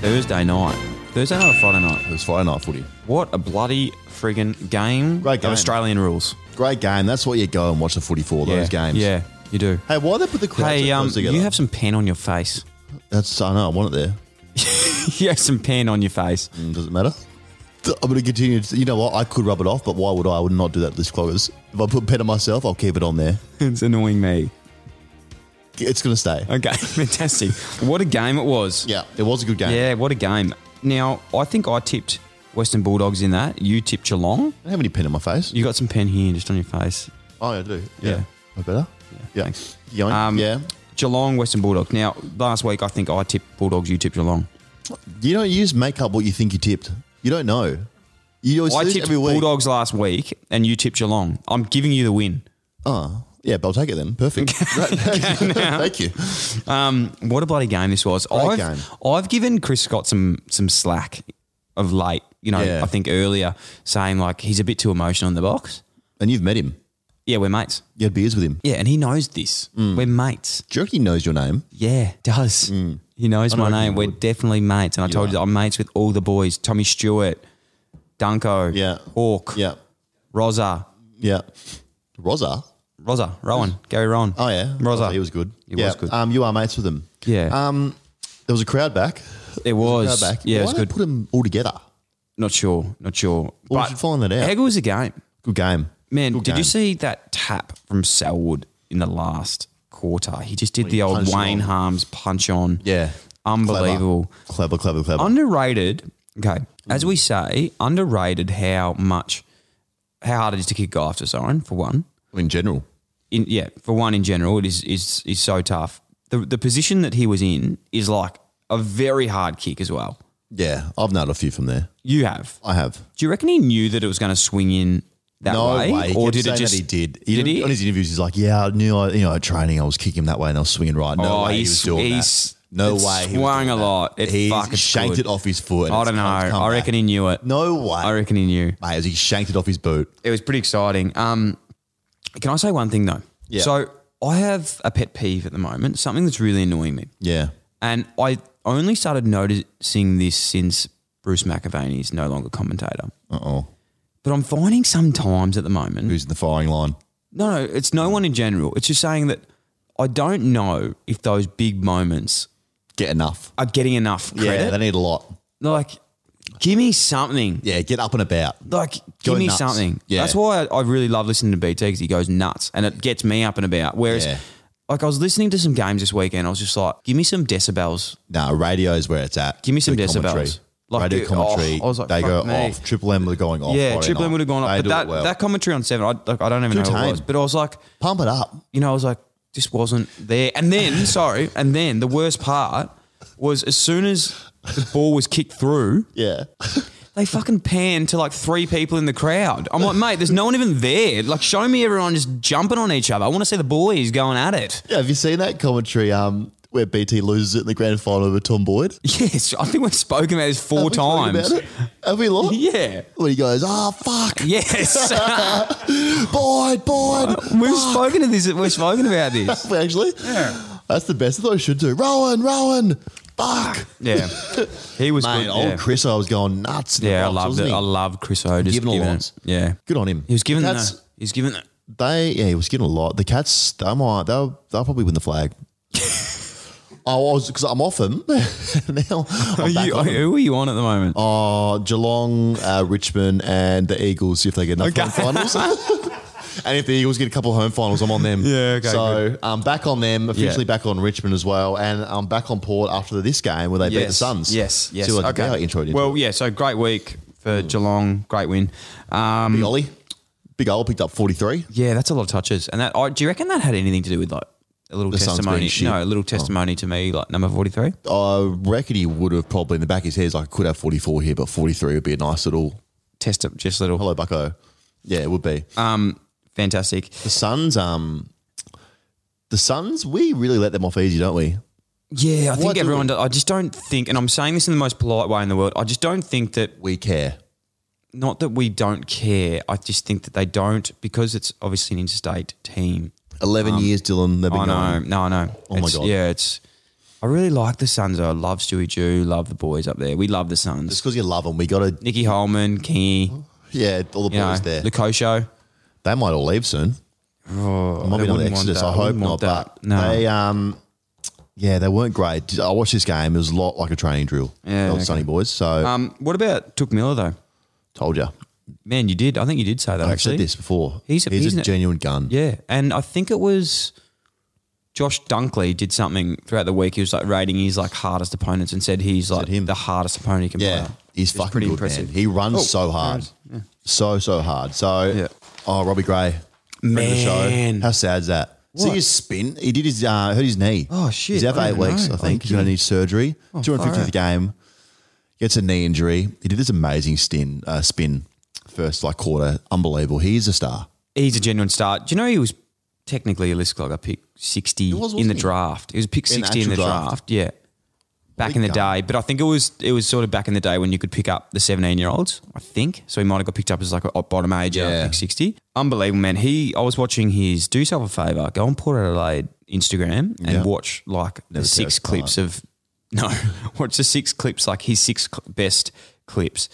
A: Thursday night, Thursday night or Friday night?
B: it was Friday night footy.
A: What a bloody friggin' game!
B: Great
A: Of
B: game.
A: Australian rules.
B: Great game. That's what you go and watch the footy for. Those
A: yeah.
B: games.
A: Yeah, you do.
B: Hey, why they put the crowds
A: Hey,
B: so
A: um,
B: close together?
A: you have some pen on your face.
B: That's I know. I want it there.
A: you have some pen on your face.
B: Mm, Does it matter? I'm going to continue. To, you know what? I could rub it off, but why would I? I would not do that to this cloggers. If I put pen on myself, I'll keep it on there.
A: it's annoying me.
B: It's going to stay.
A: Okay, fantastic. What a game it was.
B: Yeah, it was a good game.
A: Yeah, what a game. Now, I think I tipped Western Bulldogs in that. You tipped Geelong.
B: I don't have any pen on my face.
A: You got some pen here just on your face.
B: oh, yeah, I do.
A: Yeah.
B: Yeah. I better. Yeah.
A: thanks.
B: You going? yeah.
A: Um, Geelong, Western Bulldogs. Now, last week I think I tipped Bulldogs, you tipped Geelong.
B: You don't use make up what you think you tipped. You don't know. You always
A: I
B: do this
A: tipped
B: every week.
A: Bulldogs last week and you tipped Geelong. I'm giving you the win.
B: Oh, yeah, but I'll take it then. Perfect. Right. Thank you.
A: What a bloody game this was. I've,
B: game.
A: I've given Chris Scott some some slack of late. You know,
B: Yeah.
A: I think earlier saying like he's a bit too emotional in the box.
B: And you've met him.
A: Yeah, we're mates.
B: You had beers with him.
A: Yeah, and he knows this.
B: Mm.
A: We're mates.
B: Do you reckon he knows your name?
A: Yeah, does.
B: Mm.
A: He knows my
B: reckon
A: name.
B: he
A: We're
B: would.
A: definitely mates. And I told you that I'm mates with all the boys. Tommy Stewart, Dunko,
B: Yeah.
A: Hawk,
B: Yeah.
A: Rosa,
B: Yeah. Rosa.
A: Rosa, Rowan, Gary Rowan.
B: Oh yeah,
A: Rosa.
B: He was good.
A: He
B: yeah.
A: was good.
B: Um, you are mates with him.
A: Yeah.
B: Um, there was a crowd back.
A: it was.
B: crowd back.
A: Yeah,
B: Why
A: it was
B: they
A: good.
B: Put them all together.
A: not sure. Not sure.
B: Well, we should find that out.
A: Hegel was a game.
B: Good game,
A: Man,
B: Good
A: did you
B: game.
A: see that tap from Selwood in the last quarter? He just did the old
B: punched
A: Wayne
B: on.
A: Harms punch on.
B: Yeah.
A: Unbelievable.
B: Clever, clever, clever.
A: underrated. Okay,
B: Mm.
A: as we say, underrated. How much? How hard it is to kick a guy after siren for one.
B: In general,
A: In yeah, for one in general, it is is is so tough. The the position that he was in is like a very hard kick as well.
B: yeah, I've nailed a few from there.
A: You have.
B: I have.
A: Do you reckon he knew that it was going to swing in that
B: No
A: way,
B: way, He
A: or
B: kept
A: did it
B: saying
A: just?
B: that he did?
A: Did he?
B: On his interviews, he's like, "Yeah, I knew. I, you know, at training, I was kicking him that way, and I was swinging right. No
A: Oh,
B: way, he
A: he's-
B: was doing
A: he's-
B: that. No
A: it
B: way, he was
A: swung
B: doing
A: a
B: that.
A: lot. It
B: he
A: fuck, it's
B: shanked
A: good.
B: it off his foot. and
A: I
B: it's
A: don't know.
B: come- come
A: I reckon
B: back.
A: he knew it.
B: No way.
A: I reckon he knew.
B: Mate, as he shanked it off his boot.
A: It was pretty exciting. Um, can I say one thing though?
B: Yeah.
A: So I have a pet peeve at the moment. Something that's really annoying me.
B: Yeah.
A: And I only started noticing this since Bruce McAvaney is no longer commentator.
B: Uh oh.
A: But I'm finding sometimes at the moment,
B: Who's in the firing line?
A: no, no, it's no one in general. It's just saying that I don't know if those big moments
B: Get enough.
A: are getting enough
B: Yeah,
A: credit.
B: they need a lot.
A: like, give me something.
B: Yeah, get up and about.
A: Like,
B: Go
A: give me
B: nuts.
A: something.
B: Yeah.
A: That's why I, I really love listening to BT because he goes nuts and it gets me up and about. Whereas,
B: Yeah.
A: like, I was listening to some games this weekend. I was just like, give me some decibels.
B: No, radio is where it's at.
A: Give me some
B: Good
A: decibels.
B: commentary.
A: Like,
B: radio
A: dude,
B: commentary.
A: oh, I was like,
B: they
A: fuck
B: go
A: me.
B: off. Triple M were going off.
A: yeah,
B: Friday
A: Triple M
B: night.
A: would have gone
B: They
A: up. But
B: do it
A: that,
B: well.
A: that commentary on seven, I, like, I don't even
B: Too
A: know who it
B: tame.
A: was. But I was like,
B: pump it up.
A: you know, I was like, just wasn't there. And then, sorry, and then the worst part was as soon as the ball was kicked through,
B: Yeah,
A: they fucking pan to like three people in the crowd. I'm like, mate, there's no one even there. Like, show me everyone just jumping on each other. I want to see the boys going at it.
B: yeah. Have you seen that commentary? Um, where BT loses it in the grand final over Tom Boyd?
A: Yes, I think we've spoken about this
B: Have
A: four
B: we spoken
A: times.
B: about it? Have we lost?
A: Yeah.
B: When he goes, ah, fuck,
A: Yes.
B: Boyd, Boyd.
A: we've
B: fuck."
A: spoken to this. We've spoken about this.
B: We actually. That's the best. I thought I should do. Rowan, Rowan, fuck.
A: Yeah. He was
B: Mate,
A: good.
B: old
A: yeah.
B: Chris, I was going nuts. in the
A: Yeah, I
B: box,
A: loved
B: wasn't
A: it.
B: he?
A: I loved Chris O. Just
B: Given a
A: giving
B: lot.
A: it. Yeah.
B: Good on him.
A: He was given.
B: the
A: The,
B: Cats,
A: he was given. The,
B: they yeah, he was given a lot. The Cats, they might they'll they'll probably win the flag. I was because I'm off him now.
A: are
B: I'm back
A: you,
B: on him.
A: who are you on at the moment?
B: Uh, Geelong, uh, Richmond, and the Eagles if they get enough
A: Okay.
B: home finals. and if the Eagles get a couple of home finals, I'm on them.
A: Yeah, okay,
B: So I'm back on them, officially back on Richmond as well, and I'm back on Port after this game where they beat the Suns.
A: Yes, yes.
B: See what
A: okay.
B: I intro it.
A: well, yeah. So great week for Geelong. Great win. Um,
B: Big Ollie, Big Ollie picked up 43.
A: yeah, that's a lot of touches. And that I, do you reckon that had anything to do with like a little
B: The Suns being
A: testimony?
B: shit.
A: No, a little testimony to me, like number forty three.
B: I reckon he would have probably in the back of his head, is like, I could have 44 here, but 43 would be a nice little
A: Test up just a little.
B: hello, Bucko. Yeah, it would be.
A: Uh, Fantastic.
B: the Suns, um, the Suns, we really let them off easy, don't we?
A: Yeah, I
B: Why
A: think
B: do
A: everyone. Does, I just don't think, and I'm saying this in the most polite way in the world. I just don't think that
B: We care.
A: not that we don't care. I just think that they don't because it's obviously an interstate team.
B: 11 years, Dylan. They've been
A: Um, I know,
B: going.
A: no, I know.
B: Oh my
A: It's-
B: God.
A: Yeah, it's. I really like the Suns. though. I love Stewie Jew. Love the boys up there. We love the
B: It's
A: Suns.
B: because you love them. We got to,
A: Nicky Holman, Kingy,
B: yeah, all the boys
A: you know,
B: there.
A: Lukosho.
B: they might all leave soon. I might be on
A: wouldn't want
B: Exodus.
A: that.
B: I
A: I
B: hope
A: wouldn't
B: not.
A: want
B: But
A: that. No.
B: they, um, yeah, they weren't great. I watched this game. It was a lot like a training drill.
A: Yeah,
B: They were
A: okay.
B: Sunny boys. So
A: Um, what about Took Miller though?
B: told you.
A: Man, you did. I think you did say that
B: I've
A: actually.
B: said this before.
A: He's a- he's
B: a
A: an-
B: genuine gun.
A: Yeah, and I think it was Josh Dunkley did something throughout the week. He was like rating his like hardest opponents and said he's like
B: him.
A: the hardest opponent he can
B: Yeah,
A: play.
B: he's
A: It's
B: fucking
A: pretty
B: good,
A: impressive. Oh,
B: man. He runs so hard, so so hard. So,
A: Yeah.
B: oh, Robbie Gray, friend of the
A: Man.
B: show. how sad is that? See
A: What?
B: his spin. He did his uh, hurt his knee.
A: Oh, shit.
B: He's out for
A: I
B: eight
A: didn't
B: weeks,
A: know.
B: I
A: Are you
B: think. He's going to
A: kidding?
B: need surgery. Two hundred
A: far
B: fiftieth
A: out.
B: game, gets a knee injury. He did this amazing spin, uh, spin first like quarter, unbelievable. He's a star.
A: He's a genuine start. Do you know he was technically a list clogger, pick sixty
B: was,
A: in the
B: wasn't he?
A: draft. He was pick
B: In the
A: sixty in the
B: actual
A: draft.
B: draft.
A: Yeah. Back in the
B: guy.
A: day, but I think it was it was sort of back in the day when you could pick up the seventeen year olds. I think so. He might have got picked up as like a bottom age, yeah.
B: Yeah.
A: pick sixty. Unbelievable, man. He I was watching his do yourself a favor, go on Port Adelaide Instagram and
B: Yeah.
A: watch like
B: Never
A: the six
B: satisfied.
A: clips of no, watch the six clips like his six cl- best clips,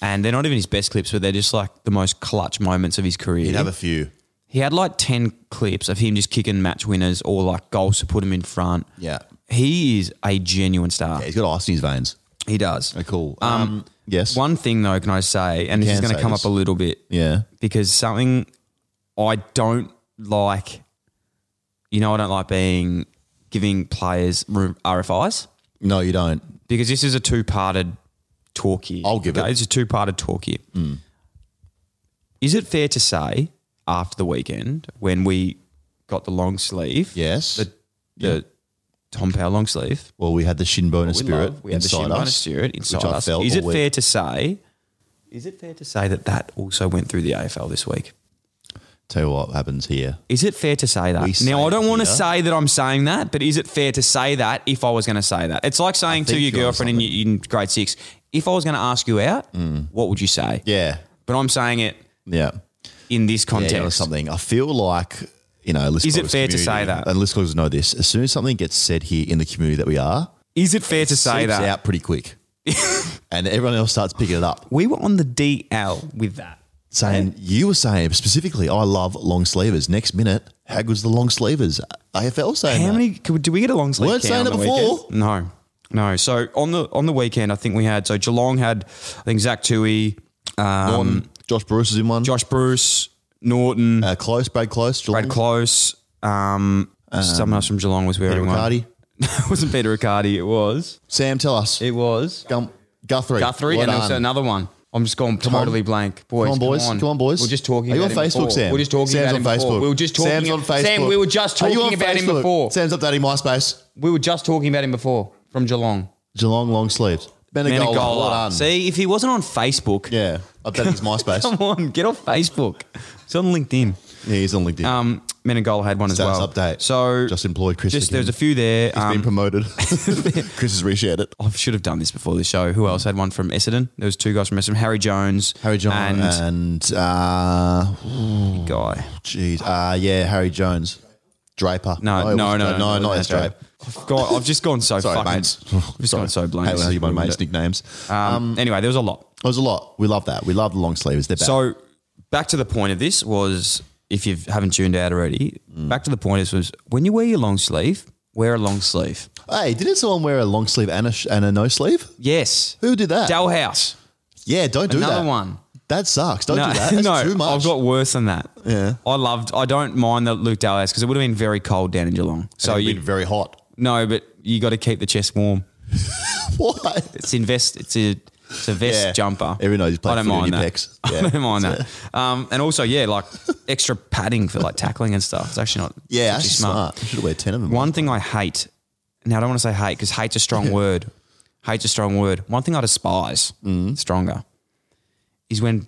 A: and they're not even his best clips, but they're just like the most clutch moments of his career.
B: He'd have a few.
A: He had like 10 clips of him just kicking match winners or like goals to put him in front.
B: Yeah.
A: He is a genuine star.
B: He's got ice in his veins.
A: He does.
B: Oh, cool. Um, yes.
A: One thing though, can I say, and this is
B: can
A: going to
B: say
A: come
B: this.
A: up a little bit
B: yeah.
A: because something I don't like, you know, I don't like being giving players r- RFIs
B: No, you don't.
A: because this is a two parted talk here.
B: I'll give it. Hmm.
A: It's a two parted talk here. Is it fair to say after the weekend when we got the long sleeve?
B: Yes.
A: The, the Tom Power long sleeve.
B: well, we had the shin boner
A: We
B: spirit
A: love- we had the
B: inside
A: shin
B: us,
A: bonus spirit inside
B: which I
A: us.
B: felt
A: Is it
B: all week.
A: fair to say? Is it fair to say that that also went through the AFL this week?
B: Tell you what happens here.
A: Is it fair to say that?
B: We say
A: now, I don't
B: it
A: want to
B: here.
A: say that I'm saying that, but is it fair to say that if I was going to say that? It's like saying to
B: think
A: your
B: you're on
A: girlfriend in, in grade six, if I was going to ask you out, what would you say?
B: Mm. Yeah.
A: But I'm saying it
B: Yeah.
A: in this
B: Yeah,
A: context.
B: or something. I feel like, you know, List
A: Is it
B: Cloggers
A: fair to
B: community-
A: say that?
B: And list callers know this. As soon as something gets said here in the community that we are,
A: Is it fair to say
B: seeps
A: that?
B: out pretty quick. and everyone else starts picking it up,
A: We were on the DL with that.
B: saying, You were saying specifically, I love long sleevers. Next minute, how good's the long sleevers? AFL saying
A: How
B: that.
A: many? Could, did we get a long sleeve?
B: Weren't
A: count
B: saying
A: on
B: it
A: the
B: before.
A: weekend? No, no. So on the on the weekend, I think we had so Geelong had I think Zach Tui, um,
B: Norton, Josh Bruce is in one.
A: Josh Bruce, Norton,
B: uh, Close, Brad Close, Geelong,
A: Brad Close. Um, someone else from Geelong was wearing
B: Peter
A: one.
B: Riccardi.
A: it wasn't Peter Riccardi. It was.
B: Sam, tell us.
A: It was
B: Gum- Guthrie.
A: Guthrie,
B: Well
A: and there was
B: done.
A: another one. I'm just going
B: on.
A: totally blank, boys.
B: Come on, boys. Come on, boys.
A: We're just talking.
B: Are you
A: about
B: on
A: him
B: Facebook,
A: before.
B: Sam?
A: We're just talking
B: Sam's
A: about
B: on
A: him
B: Facebook.
A: before. We were just talking.
B: Sam's on Facebook.
A: Sam, we were just
B: Are you
A: talking
B: on
A: about him
B: Facebook?
A: before.
B: Sam's updating MySpace.
A: We were just talking about him before from Geelong.
B: Geelong long sleeves. Menegola. Well
A: Menegola.
B: done.
A: See, if he wasn't on Facebook,
B: Yeah, updating his MySpace.
A: come on, get off Facebook. It's on LinkedIn.
B: Yeah, he's on LinkedIn.
A: Um, Menegola had one as
B: Status
A: well.
B: update.
A: So
B: Just employed Chris
A: Just
B: again.
A: there's a few there.
B: He's been
A: Um,
B: promoted. Chris has reshared it.
A: I should have done this before the show. Who else had one from Essendon? There was two guys from Essendon, Harry Jones,
B: Harry John
A: and,
B: and, uh,
A: guy.
B: jeez, uh, yeah, Harry Jones, Draper.
A: No,
B: oh, it
A: no,
B: wasn't
A: no,
B: Draper. no, not as Draper.
A: I've, got, I've just gone so
B: Sorry,
A: fucking.
B: mates.
A: I've just gone so blank.
B: Hey, well, you my mates'
A: Um,
B: nicknames.
A: anyway, there was a lot.
B: It was a lot. We love that. We love the long sleeves. They're back.
A: So back to the point of this was if you haven't tuned out already,
B: Mm.
A: back to the point is was when you wear your long sleeve, wear a long sleeve.
B: hey, didn't someone wear a long sleeve and a, sh- and a no sleeve?
A: Yes.
B: Who did that?
A: Dalhouse.
B: yeah, don't do
A: Another
B: that.
A: one.
B: That sucks. Don't do that. That's too much.
A: I've got worse than that.
B: Yeah.
A: I loved. I don't mind the Luke Dalhouse because it would have been very cold down in Geelong. So
B: so
A: you
B: you've been very hot.
A: no, but you got to keep the chest warm.
B: Why?
A: It's invest. It's a it's a vest
B: Yeah.
A: jumper.
B: Everyone knows you play
A: I don't
B: footy in
A: mind
B: your
A: that.
B: pecs.
A: I
B: Yeah.
A: don't mind that. Um, and also, yeah, like extra padding for like tackling and stuff. It's actually not. it's
B: Yeah,
A: actually
B: that's smart. You should have wear ten of them.
A: One thing I hate. Now I don't want to say hate because hate's a strong word. Hate's a strong word. One thing I despise
B: Mm.
A: stronger is when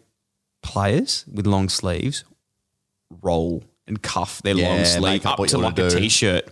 A: players with long sleeves roll and cuff their
B: Yeah,
A: long
B: make
A: sleeve
B: up
A: up
B: what
A: to
B: you
A: like
B: wanna
A: a
B: do.
A: t-shirt.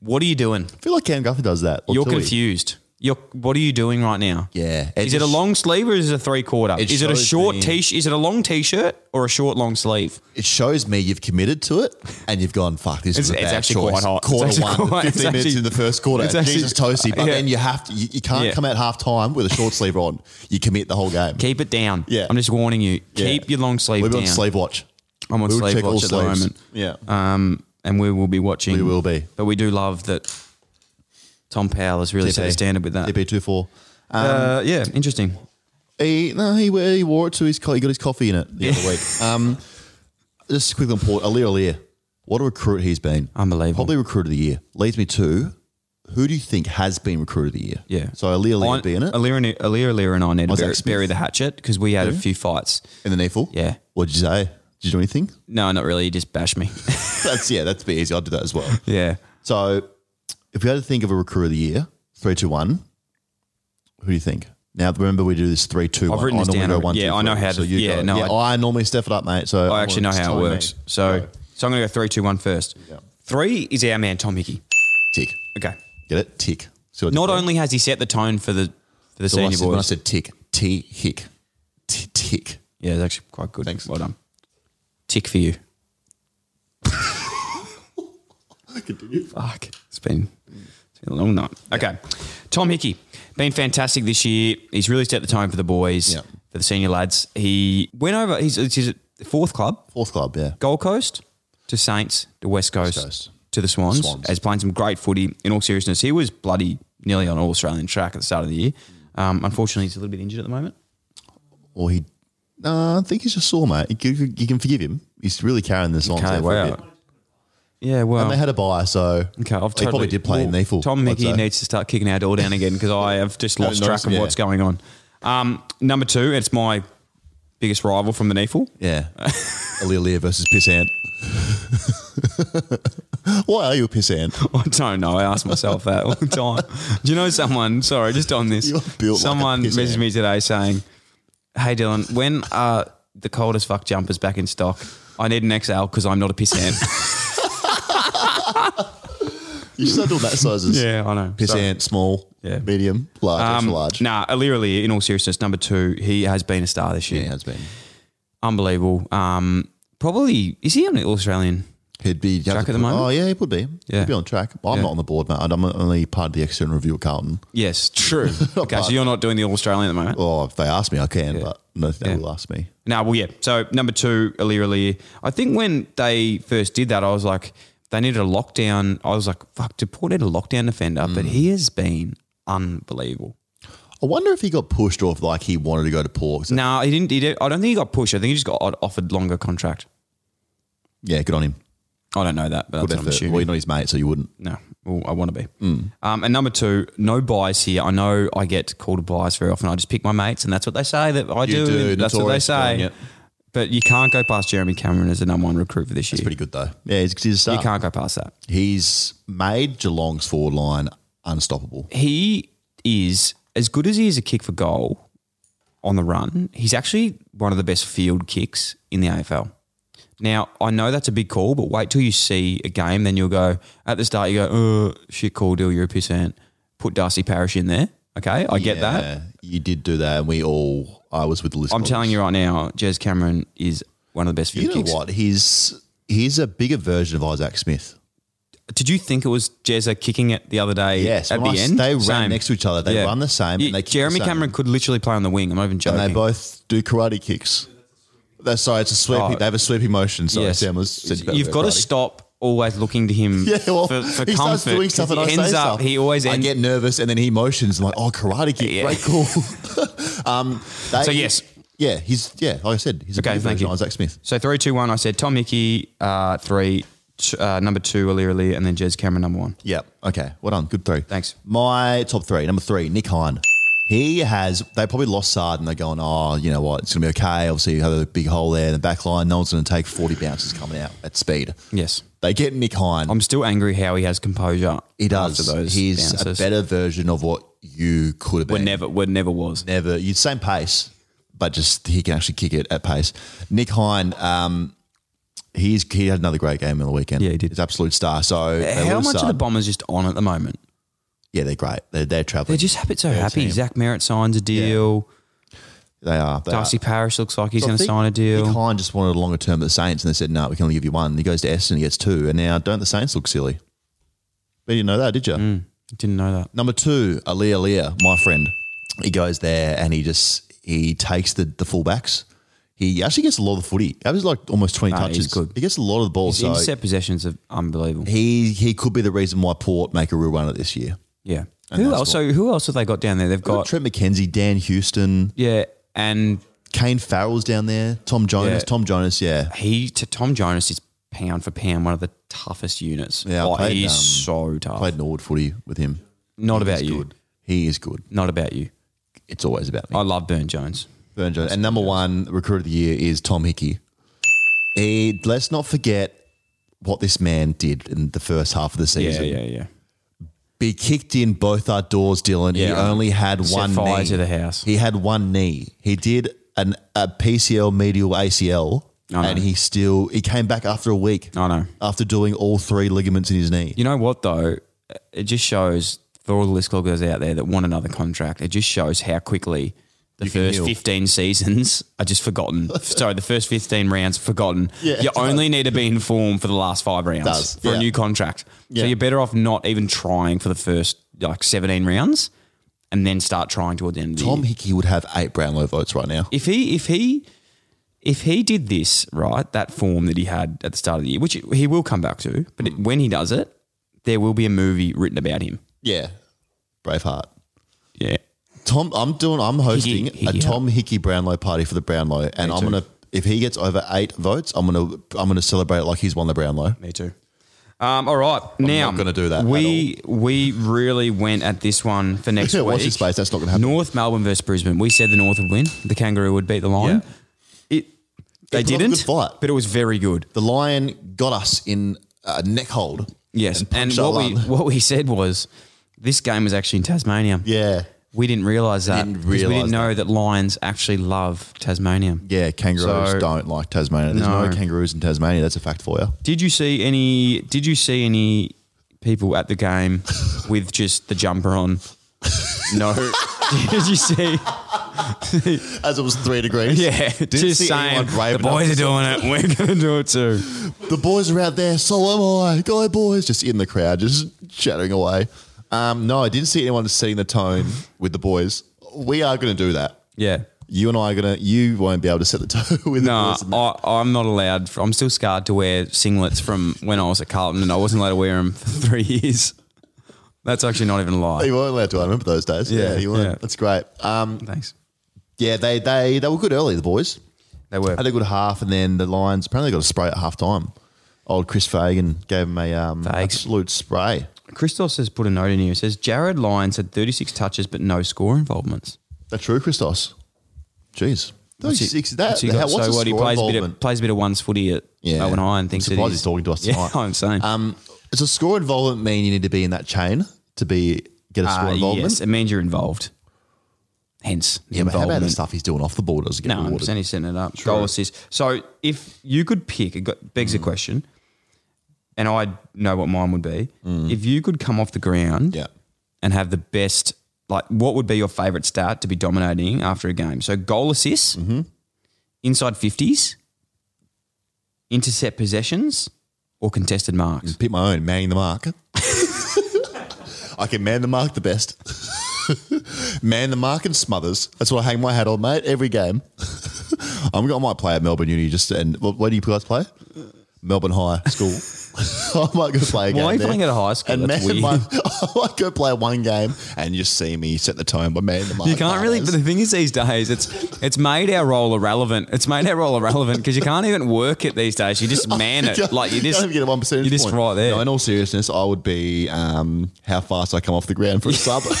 A: What are you doing?
B: I feel like Cam Guffey does that. Or
A: You're
B: Tui.
A: confused. You're what are you doing right now?
B: Yeah.
A: Is it a
B: just-
A: long sleeve or is it a three quarter?
B: It
A: is it a
B: shows
A: short
B: me-
A: t? Is it a long t-shirt or a short long sleeve?
B: It shows me you've committed to it, and you've gone. Fuck this.
A: It's-
B: is a
A: it's
B: bad
A: actually
B: choice.
A: quite hot.
B: Quarter
A: It's actually
B: one,
A: quite- it's
B: fifteen minutes
A: actually-
B: in the first quarter.
A: it's actually-
B: Jesus toasty, but
A: yeah.
B: then you have to. You, you can't
A: Yeah.
B: come out half time with a short sleeve on. You commit the whole game.
A: Keep it down.
B: Yeah.
A: I'm just warning you.
B: Yeah.
A: Keep your long sleeve
B: We'll be
A: down.
B: on sleeve watch.
A: I'm on
B: We will
A: sleeve
B: check all
A: watch at the
B: sleeves.
A: moment.
B: Yeah.
A: Um, and we will be watching.
B: We will be.
A: But we do love that Tom Powell has really set a standard with that.
B: TP two four.
A: Uh, yeah, interesting.
B: He no, he, he wore it to his. Co- he got his coffee in it the other week. Um, just quickly on Port Alir Alir. What a recruit he's been.
A: Unbelievable.
B: Probably recruit of the year. Leads me to who do you think has been recruit of the year?
A: Yeah.
B: So Alir
A: I-
B: Alir be in it
A: Alir, and- Alir, Alir and I need to
B: Isaac
A: bury,
B: Smith.
A: bury the hatchet because we had a few fights.
B: in the NEFL.
A: Yeah.
B: What did you say? Did you do anything?
A: No, not really. You just bash me.
B: That's yeah. That's be easy. I'll do that as well.
A: yeah.
B: So if we had to think of a recruit of the year, three two one. Who do you think? Now remember we do this three two.
A: I've written
B: I
A: this
B: normally
A: down
B: Go
A: already.
B: one,
A: Yeah,
B: two,
A: I know
B: three.
A: how
B: So
A: to-
B: you
A: yeah,
B: go.
A: no,
B: yeah. I, normally step it up, mate. So
A: I actually know
B: it's
A: how it
B: telling me.
A: works. So, so I'm going to go three, two, one first.
B: Yeah.
A: Three is our man Tom Hickey.
B: tick.
A: Okay.
B: Get it? Tick. See what
A: Not
B: I did
A: only has he set the tone for the for the
B: there? So when I
A: senior
B: said- when I
A: boys.
B: said tick, T hick, T tick.
A: Yeah, it's actually quite good.
B: Thanks.
A: Well done. Tick for you. Fuck. It's been, it's been a long night. Okay. Tom Hickey, been fantastic this year. He's really set the tone for the boys,
B: Yeah.
A: for the senior lads. He went over, he's, it's his fourth club,
B: Fourth club, yeah.
A: Gold Coast to Saints to West Coast,
B: Coast.
A: to the Swans,
B: Swans.
A: as playing some great footy. In all seriousness, he was bloody nearly on all Australian track at the start of the year. Um, unfortunately, he's a little bit injured at the moment.
B: Or he, nah, I think he's just sore, mate. You, you- you can forgive him. He's really carrying this on. so
A: wow.
B: forgive him.
A: Yeah, well.
B: And they had a buy, so
A: Okay, I've
B: he
A: totally,
B: probably did play in
A: Well,
B: Neefel.
A: Tom
B: I'd
A: Mickey
B: say.
A: needs to start kicking our door down again because I have just lost
B: no,
A: track of
B: yeah.
A: what's going on. Um, number two, it's my biggest rival from the Neefel.
B: Yeah. Alilia versus Pissant. Why are you a pissant?
A: I don't know. I ask myself that all the time. Do you know someone? Sorry, just on this.
B: You are built like a
A: someone
B: pissant.
A: messaged me today saying, "Hey Dylan, when are the coldest fuck jumpers back in stock? I need an XL because I'm not a pissant."
B: You should start doing that sizes.
A: yeah, I know. So-
B: Pissant, small,
A: Yeah. Um,
B: medium, large, extra large.
A: Nah, literally, in all seriousness, number two, he has been a star this year.
B: Yeah, it's been.
A: Unbelievable. Um, probably is he an Australian?
B: He'd be
A: Track at the moment?
B: Oh yeah, he would be.
A: Yeah.
B: He'd be on track. But I'm
A: Yeah.
B: not on the board, mate. I'm only part of the external review at Carlton.
A: Yes, true. okay, so you're not doing the All Australian at the moment.
B: Oh, if they ask me, I can, but no, they
A: Yeah.
B: will ask me.
A: No, well, yeah. So number two, Alir Alir. I think when they first did that, I was like, they needed a lockdown. I was like, fuck, do Port need a lockdown defender? But he has been unbelievable.
B: I wonder if he got pushed or if like he wanted to go to Port. So-
A: No, he didn't. He did, I don't think he got pushed. I think he just got offered longer contract.
B: Yeah, good on him.
A: I don't know that, but
B: Good
A: that's what I'm
B: effort.
A: assuming.
B: Well, you're not his mate, so you wouldn't.
A: No, well, I want to be.
B: Mm.
A: Um, and number two, no bias here. I know I get called a bias very often. I just pick my mates, and that's what they say that I do.
B: do,
A: and that's what they
B: notorious for doing
A: say.
B: it.
A: But you can't go past Jeremy Cameron as the number one recruit for this year.
B: It's pretty good though. Yeah, he's, he's a star.
A: You can't go past that.
B: He's made Geelong's forward line unstoppable.
A: He is as good as he is a kick for goal on the run. He's actually one of the best field kicks in the AFL. Now, I know that's a big call, but wait till you see a game, then you'll go, at the start, you go, oh, shit call, deal, you're a pissant. Put Darcy Parish in there. Okay, I get that.
B: Yeah, You did do that, and we all. I was with the list.
A: I'm telling you right now, Jez Cameron is one of the best field
B: You know
A: kicks.
B: what? He's he's a bigger version of Isaac Smith.
A: Did you think it was Jezza kicking it the other day
B: Yes,
A: at
B: when
A: the
B: I-
A: end?
B: they ran next to each other. They run the same and they kick the
A: Jeremy
B: same.
A: Cameron could literally play on the wing. I'm not even joking.
B: and they both do karate kicks. That's sorry, it's a sweeping.
A: Oh.
B: They have a sweeping motion. Sorry,
A: Yes.
B: Sam was. said about
A: You've got to
B: karate.
A: stop always looking to him
B: Yeah, well,
A: for, for
B: he
A: comfort.
B: starts doing stuff,
A: 'cause
B: and I
A: he
B: say
A: ends up,
B: stuff.
A: He always
B: I
A: ends.
B: get nervous, and then he motions. I'm like, oh, karate kick,
A: Yeah.
B: great cool. um, they-
A: So, yes.
B: yeah, he's yeah. Like I said, he's a
A: Okay,
B: bigger
A: thank
B: version
A: you.
B: of Isaac Smith.
A: so three, two, one. I said Tom Hickey, uh, three, t- uh, number two, Alir Ali, and then Jez Cameron, number one.
B: Yep. Okay. Well done. Good three.
A: Thanks.
B: My top three. Number three, Nick Hine. He has, they probably lost Sard and they're going, oh, you know what, it's going to be okay. Obviously, you have a big hole there in the back line. No one's going to take 40 bounces coming out at speed.
A: Yes,
B: They get Nick Hine.
A: I'm still angry how he has composure.
B: he does.
A: After those
B: He's
A: bounces.
B: a better version of what you could have
A: We're
B: been.
A: never, we're never was.
B: never you same pace, but just he can actually kick it at pace. Nick Hine, um, he's he had another great game on the weekend.
A: Yeah, he did.
B: He's an absolute star. So they
A: How
B: lose
A: much are the
B: Saad.
A: Bombers just on at the moment?
B: Yeah, they're great. They're, they're traveling.
A: They're just happy, so happy.
B: team.
A: Zach Merritt signs a deal.
B: They are. They
A: Darcy
B: are.
A: Parish looks like he's
B: So I
A: going to
B: think
A: sign a
B: Nick
A: deal.
B: Hine just wanted a longer term at the Saints, and they said, "No, we can only give you one." He goes to Essendon, he gets two, and now don't the Saints look silly? But you didn't know that, did you?
A: Mm. Didn't know that.
B: Number two, Alia Alia, my friend. He goes there and he just he takes the the fullbacks. He actually gets a lot of the footy. That was like almost twenty
A: Nah,
B: touches.
A: he's good.
B: He gets a lot of the ball.
A: His
B: so
A: intercept possessions are unbelievable.
B: he he could be the reason why Port make a real run at this year.
A: Yeah.
B: And
A: Who
B: that's
A: else? So who else have they got down there? They've got
B: Trent McKenzie, Dan Houston,
A: yeah, and
B: Kane Farrell's down there, Tom Jonas,
A: Yeah.
B: Tom Jonas, yeah.
A: he to Tom Jonas is pound for pound one of the toughest units.
B: Yeah, I
A: Like,
B: played,
A: he's
B: um,
A: so tough.
B: Played Norwood footy with him.
A: Not about
B: He's
A: you.
B: good. He is good.
A: Not about you.
B: It's always about me.
A: I love Burn Jones.
B: Burn Jones. And number one recruit of the year is Tom Hickey. He, let's not forget what this man did in the first half of the
A: Yeah,
B: season.
A: yeah, yeah.
B: Be kicked in both our doors, Dylan. he
A: Yeah.
B: only had
A: Set
B: one
A: fire
B: knee.
A: to the house.
B: He had one knee. He did an a PCL medial ACL,
A: I know.
B: and he still he came back after a week.
A: I know.
B: After doing all three ligaments in his knee.
A: You know what though? It just shows for all the list cloggers out there that want another contract. It just shows how quickly the
B: can
A: first
B: heal.
A: fifteen seasons are just forgotten. Sorry, the first fifteen rounds are forgotten.
B: Yeah.
A: you only need to be in form for the last five rounds
B: Does,
A: for a
B: yeah.
A: new contract.
B: Yeah.
A: So you're better off not even trying for the first like seventeen rounds, and then start trying toward the end. Of the
B: Tom
A: year.
B: Hickey would have eight Brownlow votes right now.
A: if he if he if he did this right, that form that he had at the start of the year, which he will come back to, but
B: Hmm.
A: it, when he does it, there will be a movie written about him.
B: Yeah. Braveheart.
A: Yeah.
B: Tom, I'm doing. I'm hosting
A: Hickey,
B: a
A: Hickey,
B: Tom Hickey Brownlow party for the Brownlow, and I'm
A: too.
B: gonna. If he gets over eight votes, I'm gonna. I'm gonna celebrate like he's won the Brownlow.
A: Me too. Um, all right, now
B: not gonna do that
A: We we really went at this one for next
B: Yeah,
A: week.
B: watch this space. That's not gonna happen.
A: North Melbourne versus Brisbane. We said the North would win. The Kangaroo would beat the Lion. It they
B: put up a
A: didn't,
B: good fight.
A: but it was very good.
B: The lion got us in a neck hold.
A: Yes, and,
B: punched our
A: what we
B: lung.
A: what we said was this game was actually in Tasmania.
B: Yeah,
A: we didn't realise that.
B: Didn't
A: 'cause we
B: realise
A: didn't know that. Lions actually love Tasmania.
B: yeah. Kangaroos
A: So-
B: don't like Tasmania. There's no.
A: No.
B: kangaroos in Tasmania. That's a fact for you.
A: Did you see any? Did you see any people at the game with just the jumper on? No. did you see?
B: As it was three degrees.
A: Yeah, just
B: see anyone
A: saying. The
B: brave enough
A: boys
B: to
A: are doing it. We're gonna do it too.
B: The boys are out there. So am I. Go boys! Just in the crowd, just chattering away. Um, no, I didn't see anyone setting the tone with the boys. We are going to do that.
A: Yeah.
B: You and I are gonna. You won't be able to set the tone with
A: No,
B: the boys.
A: I, I'm not allowed. For, I'm still scarred to wear singlets from when I was at Carlton, and I wasn't allowed to wear them for three years. That's actually not even a lie.
B: You weren't allowed to. I remember those days. Yeah,
A: Yeah,
B: you weren't.
A: yeah.
B: That's great. Um,
A: Thanks.
B: yeah, they they they were good early. The boys
A: They were.
B: had a good half, and then the Lions apparently got a spray at half time. Old Chris Fagan gave him a um,
A: Fags.
B: absolute spray.
A: Christos has put a note in here. It says Jared Lyons had 36 touches but no score involvements.
B: That true, Christos. Jeez,
A: What's he-
B: thirty-six. That
A: what's he
B: how-
A: got?
B: what's the
A: so what? He
B: score
A: plays a bit of
B: involvement?
A: plays a bit of one's footy at
B: Yeah.
A: Owen High and
B: I'm
A: thinks that
B: surprised he's talking to us tonight.
A: Yeah, I'm saying.
B: um, does a score involvement mean you need to be in that chain to be get a score
A: Uh,
B: involvement?
A: yes, it means you're involved. Hence the
B: Yeah, but how about the
A: involvement.
B: stuff he's doing off the ball doesn't get
A: No,
B: rewarded?
A: 100% he's setting it up. Goal assist. So if you could pick, it got- begs
B: Mm.
A: the question, and I know what mine would be.
B: Mm.
A: If you could come off the ground
B: Yeah.
A: and have the best, like, what would be your favorite stat to be dominating after a game? So goal assists, inside 50s, intercept possessions, or contested marks?
B: Pick my own, manning the mark. I can man the mark the best. man the mark and smothers. That's what I hang my hat on, mate, every game. I'm, I might play at Melbourne Uni just and wh- where do you guys play? Melbourne High School. I might go play a game.
A: Why are you
B: there.
A: playing at a high school?
B: And
A: That's
B: man
A: weird.
B: my, I might go play one game and you just see me set the tone by man the mark.
A: You can't really. But
B: Marlins.
A: the thing is, these days, it's it's made our role irrelevant. It's made our role irrelevant because you can't even work it these days. You just man it. Uh, Like Oh, you
B: Don't
A: just
B: even get a one percent.
A: You're just right there.
B: No, in all seriousness, I would be um, how fast I come off the ground for a sub.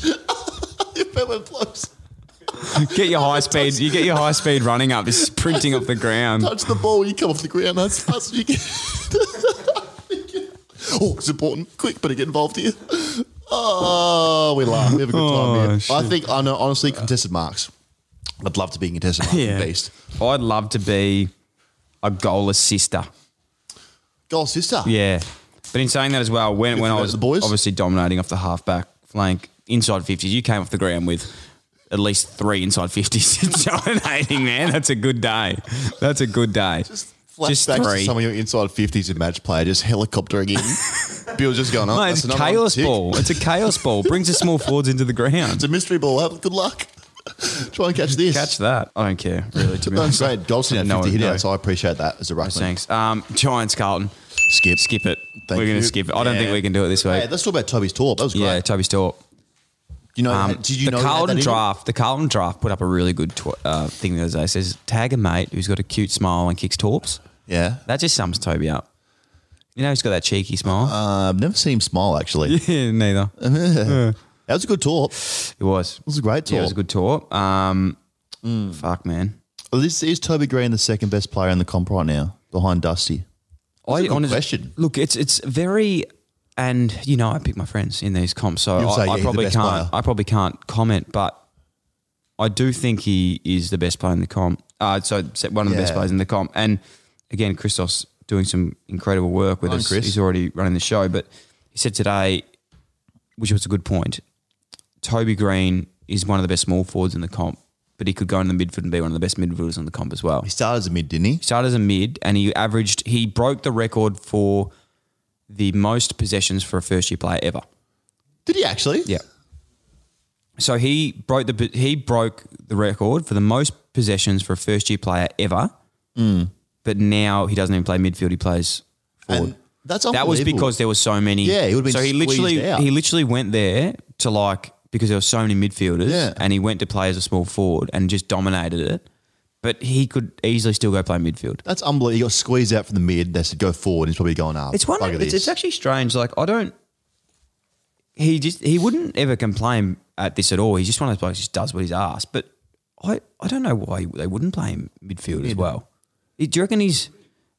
B: if that went close,
A: get your high speed. You get your high speed running up. It's sprinting off the ground.
B: touch the ball, you come off the ground. That's fast as you can. oh, it's important. Quick, better get involved here. Oh, we laugh. We have a good time
A: Oh,
B: here.
A: shit.
B: I think, I know, honestly, contested marks. I'd love to be a contested mark
A: Yeah.
B: beast.
A: I'd love to be a goal assister.
B: Goal sister.
A: Yeah, but in saying that as well, when when
B: for
A: I
B: the-
A: was
B: the boys.
A: obviously dominating off the halfback flank inside fifties, you came off the ground with. At least three inside fifties dominating, man. That's a good day. That's a good day. Just,
B: Flashbacks to some of your inside 50s in match play, just helicoptering in. Bill's just going, oh,
A: Mate,
B: that's
A: it's
B: another one.
A: chaos
B: Tick.
A: ball. It's a chaos ball. Brings the small forwards into the ground.
B: It's a mystery ball. Have Good luck. Try and catch this.
A: Catch that. I don't care, really, to be
B: That's
A: honest.
B: great. Goldstein had
A: No,
B: 50 hit
A: no.
B: outs. I appreciate that as a ruckman.
A: Thanks. Um, Giants, Carlton.
B: Skip.
A: Skip it.
B: Thank
A: We're going
B: you.
A: to skip it. I don't
B: Yeah.
A: think we can do it this
B: Hey,
A: week.
B: let's talk about Toby's tour. That was great.
A: yeah, Toby Storp.
B: you know,
A: Um,
B: did you
A: the
B: know he had
A: Carlton
B: that in him?
A: draft? The Carlton draft put up a really good tw- uh, thing the other day. It says tag a mate who's got a cute smile and kicks torps.
B: Yeah.
A: That just sums Toby up. You know, he's got that cheeky smile.
B: Uh, I've never seen him smile, actually.
A: yeah, neither.
B: That was a good tour.
A: It was. It
B: was a great
A: Yeah, it was a good
B: torp.
A: torp. Um,
B: mm.
A: Fuck, man.
B: This is Toby Green, the second best player in the comp right now, behind Dusty.
A: I
B: a good
A: honestly-
B: question.
A: Look, it's it's very, and you know, I pick my friends in these comps, so
B: You'll
A: I,
B: say,
A: I
B: yeah, he's the
A: probably
B: best
A: can't.
B: player.
A: I probably can't comment, but I do think he is the best player in the comp. Uh, so se- one of the best
B: Yeah.
A: players in the comp, and again, Christos doing some incredible work with
B: Come on,
A: us.
B: Chris.
A: He's already running the show, but he said today, which was a good point. Toby Green is one of the best small forwards in the comp, but he could go in the midfield and be one of the best midfielders in the comp as well.
B: He started as a mid, didn't he?
A: He started as a mid and he averaged, he broke the record for the most possessions for a first year player ever.
B: Did he actually?
A: So he broke the he broke the record for the most possessions for a first year player ever.
B: Hmm.
A: But now he doesn't even play midfield; he plays forward.
B: And that's
A: that was
B: unbelievable.
A: because there was so many.
B: Yeah, he would've been
A: so he
B: squeezed
A: literally
B: out.
A: he literally went there to like because there were so many midfielders,
B: Yeah.
A: and he went to play as a small forward and just dominated it. But he could easily still go play midfield.
B: That's unbelievable. He got squeezed out from the mid. They said, go forward. He's probably going up.
A: It's one.
B: Bugger
A: It's,
B: this.
A: it's actually strange. Like I don't. He just he wouldn't ever complain at this at all. He's just one of those blokes who just does what he's asked. But I I don't know why they wouldn't play him midfield as well. Do you reckon he's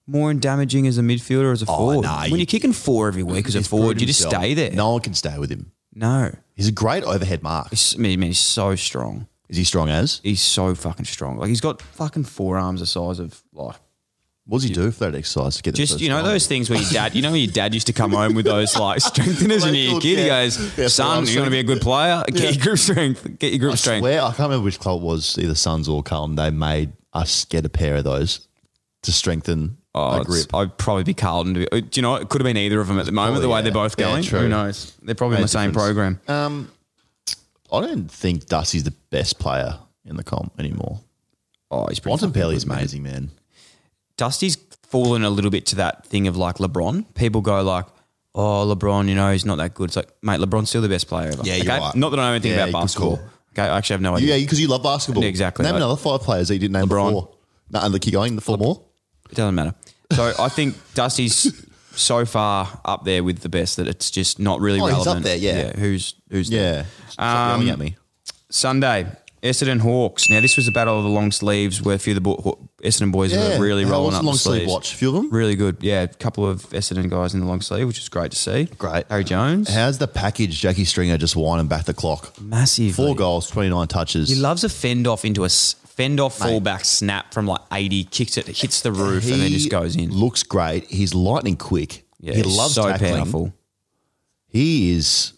A: more damaging as a midfielder or as a forward?
B: Oh, nah,
A: when
B: you-
A: you're kicking four every week as a
B: He's
A: forward,
B: proved
A: you just
B: himself.
A: stay there.
B: No one can stay with him.
A: no.
B: He's a great overhead mark.
A: He's, I mean, he's so strong.
B: Is he strong as?
A: He's so fucking strong. Like he's got fucking forearms the size of like
B: What does he do for that exercise to get the
A: Just
B: first
A: you know
B: goal?
A: those things where your dad, you know, when your dad used to come home with those like strengtheners, and your
B: Local,
A: kid, he
B: yeah.
A: goes,
B: Yeah,
A: "Son,
B: forearm
A: you're going to be a good player. Get your grip strength. Get your grip
B: I
A: strength."
B: swear, I can't remember which club it was, either Suns or Carlton. They made us get a pair of those to strengthen
A: Oh,
B: our
A: it's-
B: grip.
A: I'd probably be Carlton. To be, uh, do you know? what? It could have been either of them at the moment. the way
B: yeah.
A: they're both
B: Yeah,
A: going,
B: true.
A: who knows? They're probably in
B: Made
A: the same
B: difference. Uh,
A: program.
B: I don't think Dusty's the best player in the comp anymore.
A: oh, he's pretty. fucking
B: Bontempelli's
A: good, man.
B: amazing, man.
A: Dusty's fallen a little bit to that thing of like LeBron. People go like, "Oh, LeBron, you know, he's not that good." It's like, mate, LeBron's still the best player ever.
B: Yeah,
A: okay?
B: you're right.
A: Not that I know anything
B: Yeah,
A: about
B: good
A: basketball.
B: call.
A: Okay, I actually have no
B: Yeah,
A: idea.
B: because you love basketball.
A: Yeah, exactly.
B: Name
A: I-
B: another five players that you didn't name
A: LeBron.
B: before. No, and keep going. The four more.
A: It doesn't matter. So I think Dusty's so far up there with the best that it's just not really
B: Oh, he's
A: relevant.
B: up there, yeah.
A: Who's who's there?
B: Yeah. Stop yelling at me.
A: Sunday Essendon Hawks. Now, this was a battle of the long sleeves where a few of the bo- Haw- Essendon boys
B: Yeah.
A: were really
B: How
A: rolling
B: was
A: up
B: the long
A: the
B: sleeve
A: sleeves.
B: watch? Few of them?
A: Really good. Yeah, a couple of Essendon guys in the long sleeve, which is great to see.
B: Great.
A: Harry Jones.
B: How's the package Jackie Stringer just winding back the clock?
A: Massive.
B: Four goals, 29 touches.
A: He loves a fend off into a s- fend off fullback snap from like 80, kicks it, hits the roof, and then
B: He
A: just goes in.
B: Looks great. He's lightning quick.
A: Yeah,
B: he
A: he's
B: loves
A: so
B: tackling.
A: powerful.
B: He is.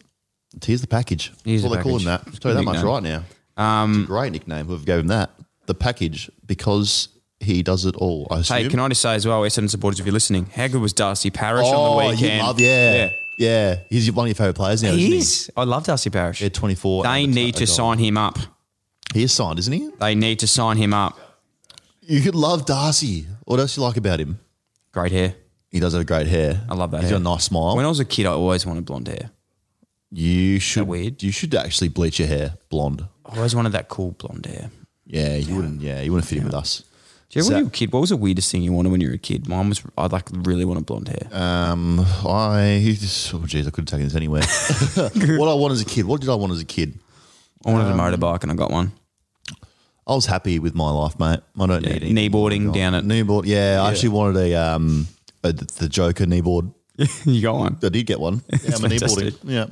B: Here's the package.
A: Here's
B: That's what
A: the
B: they call him
A: package.
B: that. I'll tell you that much
A: Nickname. Um,
B: right now. it's a great nickname. Whoever gave him that, the package, because he does it all. I assume.
A: Hey, can I just say as well, Essendon supporters, if you're listening, how good was Darcy Parish
B: oh,
A: on the
B: you
A: weekend?
B: love, yeah, yeah, He's one of your favorite players now.
A: Yeah.
B: isn't
A: He is. I love Darcy Parish.
B: He? Yeah, 24.
A: they
B: and a-
A: need
B: a
A: to
B: goal.
A: sign him up.
B: He is signed, isn't he?
A: They need to sign him up.
B: You could love Darcy. What else you like about him?
A: Great hair.
B: He does have great hair.
A: I love that
B: He's
A: hair.
B: got a nice smile.
A: When I was a kid, I always wanted blonde hair.
B: you should
A: weird?
B: You should actually bleach your hair blonde.
A: I always wanted that cool blonde hair.
B: Yeah, you wouldn't. Yeah, you wouldn't fit in with us.
A: Do you remember
B: So-
A: when you were a kid? What was the weirdest thing you wanted when you were a kid? Mine was I like really wanted blonde hair.
B: Uh, Um, I he just, oh jeez, I couldn't take this anywhere. what I wanted as a kid, what did I want as a kid?
A: I
B: um,
A: wanted a motorbike and I got one.
B: I was happy with my life, mate. I don't need anything.
A: Kneeboarding down at
B: kneeboard. Yeah, I actually wanted a um a, the Joker kneeboard.
A: you got one.
B: I did get one. Yeah, I'm a
A: fantastic.
B: kneeboarding. Yeah.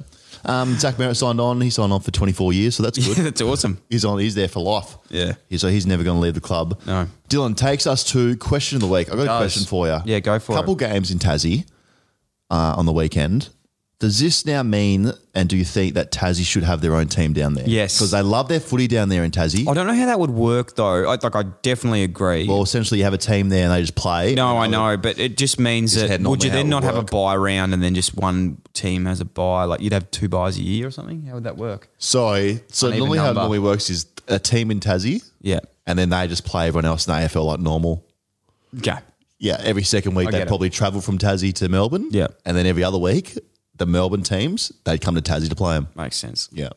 B: Um, Zach Merritt signed on. He signed on for 24 years, so that's good.
A: Yeah, that's awesome.
B: He's on. He's there for life.
A: Yeah.
B: He- So he's never going to leave the club.
A: No.
B: Dylan takes us to question of the week. I got a
A: Does.
B: question for you.
A: Yeah, go for
B: Couple games in Tassie uh, on the weekend. Does this now mean, and do you think that Tassie should have their own team down there?
A: Yes.
B: because they love their footy down there in Tassie.
A: I don't know how that would work though. I, like I definitely agree.
B: well, essentially, you have a team there and they just play.
A: no, I know, but it just means
B: Just
A: that
B: hadn't
A: would
B: known
A: you
B: how
A: then
B: it
A: not
B: would
A: have a
B: work.
A: buy round and then just one team has a buy? Like you'd have two buys a year or something. How would that work?
B: So, so
A: Uneven
B: normally how it
A: number.
B: normally works is a team in Tassie,
A: Yeah.
B: and then they just play everyone else in the AFL like normal.
A: Okay.
B: Yeah, every second week
A: I get
B: they'd
A: it.
B: probably travel from Tassie to Melbourne.
A: Yeah.
B: and then every other week the Melbourne teams they'd come to Tassie to play them.
A: Makes sense.
B: Yeah.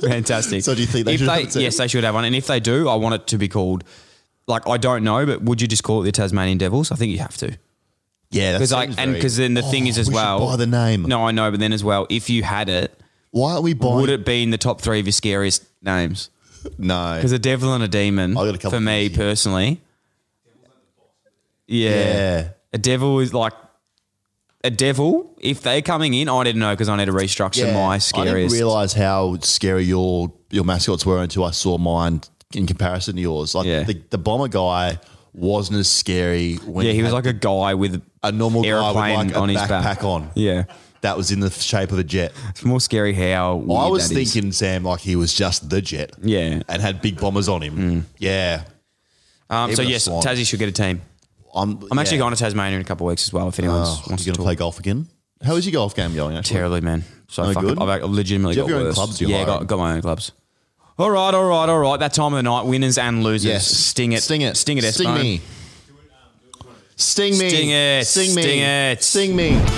A: Fantastic.
B: So do you think they
A: if
B: should
A: they,
B: have a team?
A: Yes, they should have one. And if they do, I want it to be called. Like I don't know, but would you just call it the Tasmanian Devils? I think you have to.
B: Yeah, that
A: Because like,
B: seems
A: and
B: very-
A: because then the thing
B: Oh,
A: is as
B: we should
A: well.
B: buy the name.
A: No, I know, but then as well, if you had it,
B: Why aren't we buying?
A: would it be in the top three of your scariest names?
B: no.
A: Because a devil and a demon,
B: I got a couple
A: for me
B: things here.
A: personally, yeah.
B: Yeah.
A: a devil is like a devil. If they're coming in, I didn't know because I need to restructure
B: Yeah.
A: my
B: I didn't
A: scariest.
B: realize how scary your your mascots were until I saw mine in comparison to yours. Like
A: Yeah.
B: the, the bomber guy wasn't as scary when
A: yeah, he was like
B: had
A: a guy with
B: a normal guy with
A: airplane
B: like a
A: on his
B: backpack
A: back.
B: on.
A: Yeah,
B: That was in the shape of a jet.
A: it's more scary how weird
B: I was
A: that is.
B: thinking Sam like he was just the jet.
A: Yeah. Mm.
B: And had big bombers on him. Yeah.
A: Um, so
B: even a
A: yes,
B: swan.
A: Tassie should get a team.
B: I'm,
A: I'm actually
B: yeah.
A: going to Tasmania in a couple of weeks as well. If anyone
B: Oh,
A: wants to
B: you going to
A: talk.
B: play golf again? How is your golf game going? Actually?
A: terribly, man. So
B: No
A: fuck
B: good?
A: it. I've I've legitimately
B: Do you have
A: got
B: your own
A: worse.
B: clubs you
A: yeah,
B: like?
A: got, got my own clubs. All right, all right, all right. That time of the night, winners and losers.
B: Yes.
A: Sting it.
B: Sting it.
A: Sting it,
B: Sting
A: Espo.
B: me. Sting me.
A: Sting it.
B: Sting me.
A: Sting it.
B: Sting me.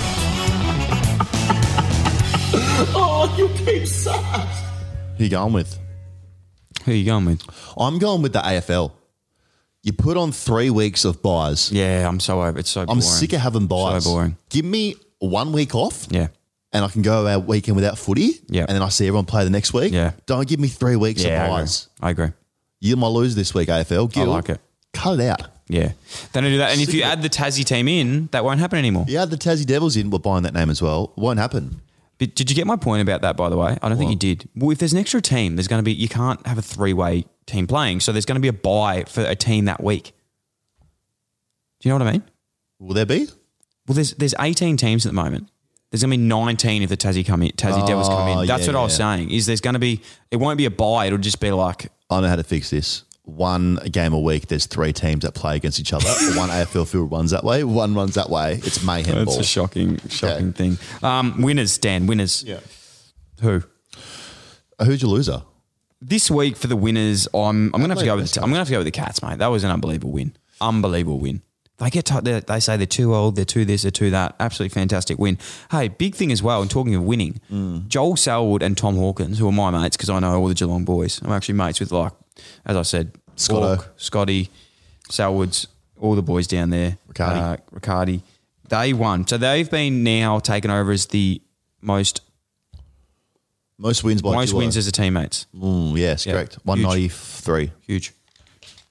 F: Oh, you keep suck.
B: Who you going with?
A: Who you going with?
B: I'm going with the AFL. You put on three weeks of buys.
A: Yeah, I'm so over. It's so boring.
B: I'm sick of having buys.
A: So boring.
B: Give me one week off.
A: Yeah.
B: And I can go out weekend without footy.
A: Yeah.
B: And then I see everyone play the next week.
A: Yeah.
B: Don't give me three weeks
A: Yeah,
B: of
A: I agree.
B: buys.
A: I agree.
B: You might lose this week, AFL. Gil,
A: like it.
B: Cut it out.
A: Yeah. Then I do that. And if
B: Sick
A: you
B: of it.
A: add the Tassie team in, that won't happen anymore.
B: Yeah, the Tassie Devils in. We're buying that name as well. Won't happen.
A: But did you get my point about that, by the way? I don't think you did. Well, if there's an extra team, there's going to be, you can't have a three way team playing. So there's going to be a buy for a team that week. Do you know what I mean?
B: Will there be?
A: Well, there's there's 18 teams at the moment. There's going to be 19 if the Tassie come in, Tassie Devils come
B: Oh,
A: in. That's
B: yeah,
A: what I was
B: yeah.
A: saying. Is there's going to be it won't be a buy. It'll just be like
B: I know how to fix this. One game a week. There's three teams that play against each other. one AFL field runs that way. One runs that way. It's mayhem ball.
A: shocking, shocking thing. Um, winners, Dan. Winners.
B: Yeah.
A: Who
B: Who's your loser?
A: this week for the winners? I'm I'm going to have to go
B: Adelaide
A: with the, I'm going to have to go with the Cats, mate. That was an unbelievable win. Unbelievable win. They get t- they they say they're too old, they're too this, they're too that. Absolutely fantastic win. Hey, big thing as well. And talking of winning,
B: Mm.
A: Joel Selwood and Tom Hawkins, who are my mates because I know all the Geelong boys. I'm actually mates with like, as I said,
B: Scotto.
A: Hawke, Scotty, Selwoods, all the boys down there. Uh,
B: Riccardi.
A: Riccardi. They won, so they've been now taken over as the most
B: Most wins by
A: Most
B: kilo.
A: wins as a teammates.
B: Mm, yes,
A: Yeah.
B: correct.
A: Huge.
B: One ninety three.
A: Huge.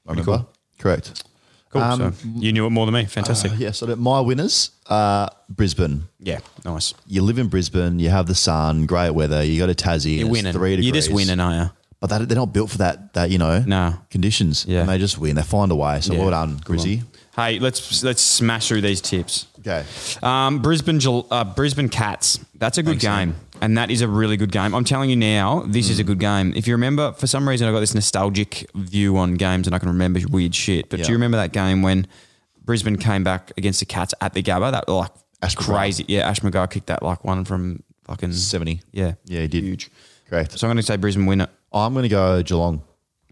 B: I remember. Correct.
A: Cool.
B: Um,
A: so you knew it more than me. Fantastic.
B: Uh, yeah, so that- my winners are Brisbane.
A: yeah. Nice.
B: You live in Brisbane, you have the sun, great weather, you go to Tassie,
A: You're
B: and it's
A: winning.
B: three degrees.
A: You're just winning, are you?
B: But that, they're not built for that, that you know,
A: No.
B: conditions.
A: Yeah.
B: And they just win. They find a way. So
A: Yeah.
B: well done,
A: Good
B: Grizzy.
A: one. Hey, let's let's smash through these tips.
B: Okay.
A: Um, Brisbane Gel- uh, Brisbane Cats. That's a good game, and that is a really good game. I'm telling you now, this
B: Mm.
A: is a good game. If you remember, for some reason, I got this nostalgic view on games, and I can remember weird shit. But
B: Yeah.
A: do you remember that game when Brisbane came back against the Cats at the Gabba? That like
B: Ash McGrath.
A: crazy. Yeah, Ash McGrath kicked that like one from fucking
B: 70.
A: Yeah,
B: Yeah, he did.
A: Huge.
B: Correct.
A: So I'm going to say Brisbane win it.
B: I'm going to go Geelong.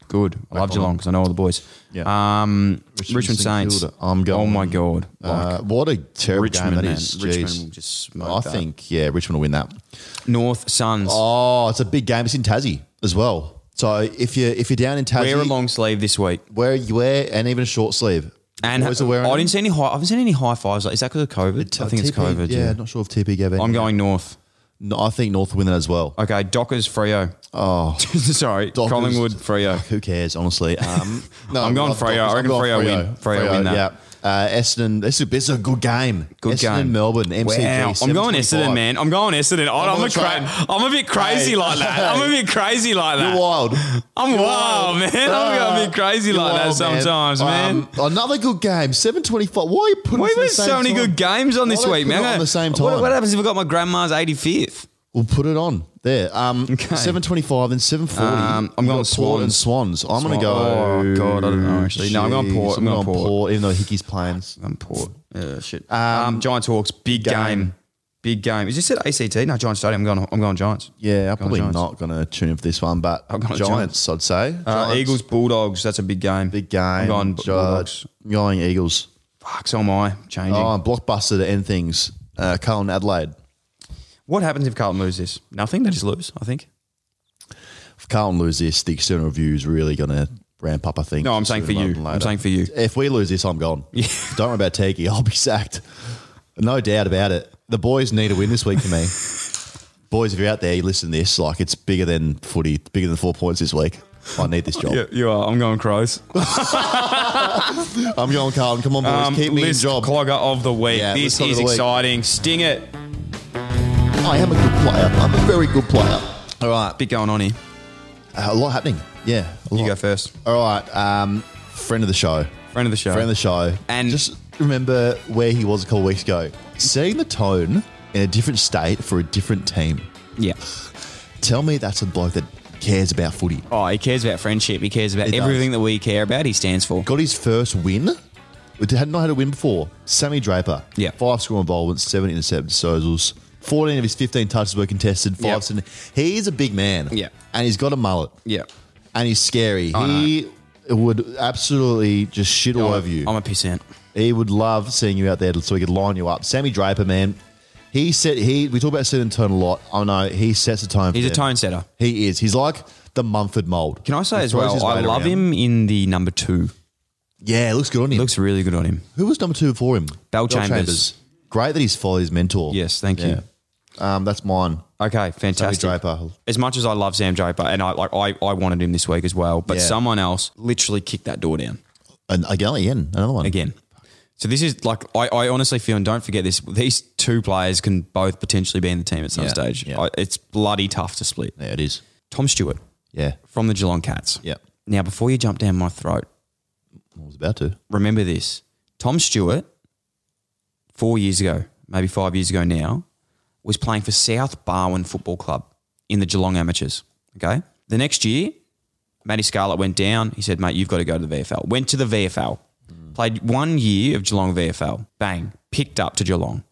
A: Good. I love
B: on
A: Geelong because I know all the boys.
B: Yeah.
A: Um,
B: Richmond
A: Richmond,
B: St
A: Saints.
B: Kilda. I'm going-
A: Oh my god.
B: Uh, what a terrible
A: Richmond,
B: game that
A: man.
B: is.
A: Richmond
B: Jeez.
A: will just
B: I
A: smoke that.
B: think, yeah, Richmond will win that.
A: North Suns.
B: Oh, it's a big game. It's in Tassie as well. So if you if you're down in Tassie,
A: Wear a long sleeve this week.
B: wear you wear and even a short sleeve.
A: And
B: Boys are wearing
A: I
B: them.
A: didn't see any high. I haven't seen any high fives. Like, is that because of COVID? I think it's
B: TP
A: COVID.
B: Yeah,
A: Yeah.
B: not sure if TP gave any.
A: I'm going North.
B: No, I think North will win that as well.
A: Okay. Dockers Freo.
B: Oh,
A: Sorry.
B: Dockers.
A: Collingwood Freo.
B: who cares? Honestly, um, no,
A: I'm going
B: I've-
A: Freo.
B: I've
A: I reckon
B: gone
A: Freo win. Freo win that.
B: Yeah. Uh, Essendon. This is, this is a good game.
A: Good
B: Essendon,
A: game.
B: Melbourne.
A: Wow.
B: MCG.
A: I'm going Essendon,
B: 7:25.
A: man. I'm going Essendon. I- I'm,
B: gonna
A: a
B: try
A: cra- I'm a bit crazy
B: Hey.
A: like that. I'm a bit crazy like that.
B: You're wild.
A: I'm
B: You're
A: wild, man. I'm
B: Ah,
A: going a bit crazy
B: you're
A: like that
B: wild, man.
A: sometimes, man.
B: Um, another good game. Seven twenty-five. Why are you putting?
A: We've
B: us at the
A: had
B: same
A: so many
B: time?
A: good games on
B: Why
A: this
B: they
A: week,
B: put
A: man.
B: it on at the same time.
A: What, what happens if I got my grandma's 85th?
B: We'll put it on there. Um,
A: Okay.
B: seven twenty-five and seven forty.
A: Um, I'm going
B: Port and Swans. I'm going to go.
A: Oh, God, I don't know, actually. No, I'm going
B: Jeez,
A: Port. I'm going Port.
B: Even though Hickey's playing,
A: I'm poor. Yeah, shit. Um, Giants Hawks, big game.
B: game.
A: Big game. Is this at ACT? No, Giants Stadium. I'm going, I'm going Giants.
B: yeah, I'm
A: Going
B: probably
A: Giants.
B: not going to tune in for this one. But
A: I'm
B: Giants,
A: going
B: I'd say.
A: Uh,
B: Giants,
A: Eagles, Bulldogs. That's a big game.
B: big game.
A: I'm going B-
B: Gi-
A: Bulldogs.
B: I'm going Eagles.
A: Fuck, so am I. Changing.
B: Oh, and blockbuster to end things. Uh, Carlton Adelaide.
A: What happens if Carlton lose this? Nothing. They just lose, I think.
B: If Carlton lose this, the external review is really going to ramp up. I think.
A: No, I'm saying for
B: sooner rather
A: you.
B: than
A: I'm
B: later.
A: saying for you.
B: If we lose this, I'm gone. Don't worry about Tiki. I'll be sacked. No doubt about it. The boys need a win this week for me. boys, if you're out there, you listen to this. Like, it's bigger than footy, bigger than four points this week. I need this job.
A: Yeah, you are. I'm going Crows.
B: I'm going, Carlton. Come on, boys. Keep me in
A: Um, list
B: job.
A: clogger of the week.
B: Yeah,
A: this
B: list clogger of
A: is
B: the week.
A: exciting. Sting it.
B: I am a good player. I'm a very good player. All right.
A: Bit going on here.
B: A lot happening. Yeah. a
A: You
B: lot.
A: go first.
B: All right. Um, friend of the show.
A: Friend of the show.
B: Friend of the show.
A: And-
B: just remember where he was a couple of weeks ago. Setting the tone in a different state for a different team.
A: Yeah.
B: Tell me that's a bloke that cares about footy.
A: Oh, he cares about friendship. He cares about
B: He does.
A: everything that we care about. He stands for.
B: Got his first win. We had not had a win before. Sammy Draper.
A: Yeah.
B: Five score involvements, seven intercepted disposals. 14 of his 15 touches were contested.
A: Yeah.
B: Five. Yep. He is a big man.
A: Yeah.
B: And he's got a mullet.
A: Yeah.
B: And he's scary. he would absolutely just shit all over you.
A: Oh, I'm a pissant.
B: He would love seeing you out there so he could line you up. Sammy Draper, man, he set he. We talk about setting the tone a lot. I know he sets the tone. For
A: He's a
B: them.
A: tone setter.
B: He is. He's like the Mumford mold.
A: Can I say
B: He
A: as
B: throws his
A: well? I
B: weight
A: love
B: around.
A: him in the number two.
B: Yeah, it looks good on him.
A: Looks really good on him.
B: Who was number two for him?
A: Bell Chambers.
B: Great that he's followed his mentor.
A: Yes, thank you.
B: you. Um, that's mine.
A: Okay,
B: Sammy
A: fantastic.
B: Draper.
A: As much as I love Sam Draper, and I like I, I wanted him this week as well, but
B: Yeah.
A: someone else literally kicked that door down.
B: And again, again, another one.
A: again. So this is like I, I honestly feel, and don't forget this: these two players can both potentially be in the team at some
B: Yeah,
A: stage.
B: yeah.
A: I, it's bloody tough to split.
B: There it is.
A: Tom Stewart
B: Yeah.
A: from the Geelong Cats.
B: Yeah.
A: Now, before you jump down my throat,
B: I was about to.
A: remember this: Tom Stewart, four years ago, maybe five years ago now, was playing for South Barwon Football Club in the Geelong Amateurs. Okay. The next year, Matty Scarlett went down. He said, mate, you've got to go to the VFL. Went to the VFL. Played one year of Geelong VFL. Bang. Picked up to Geelong.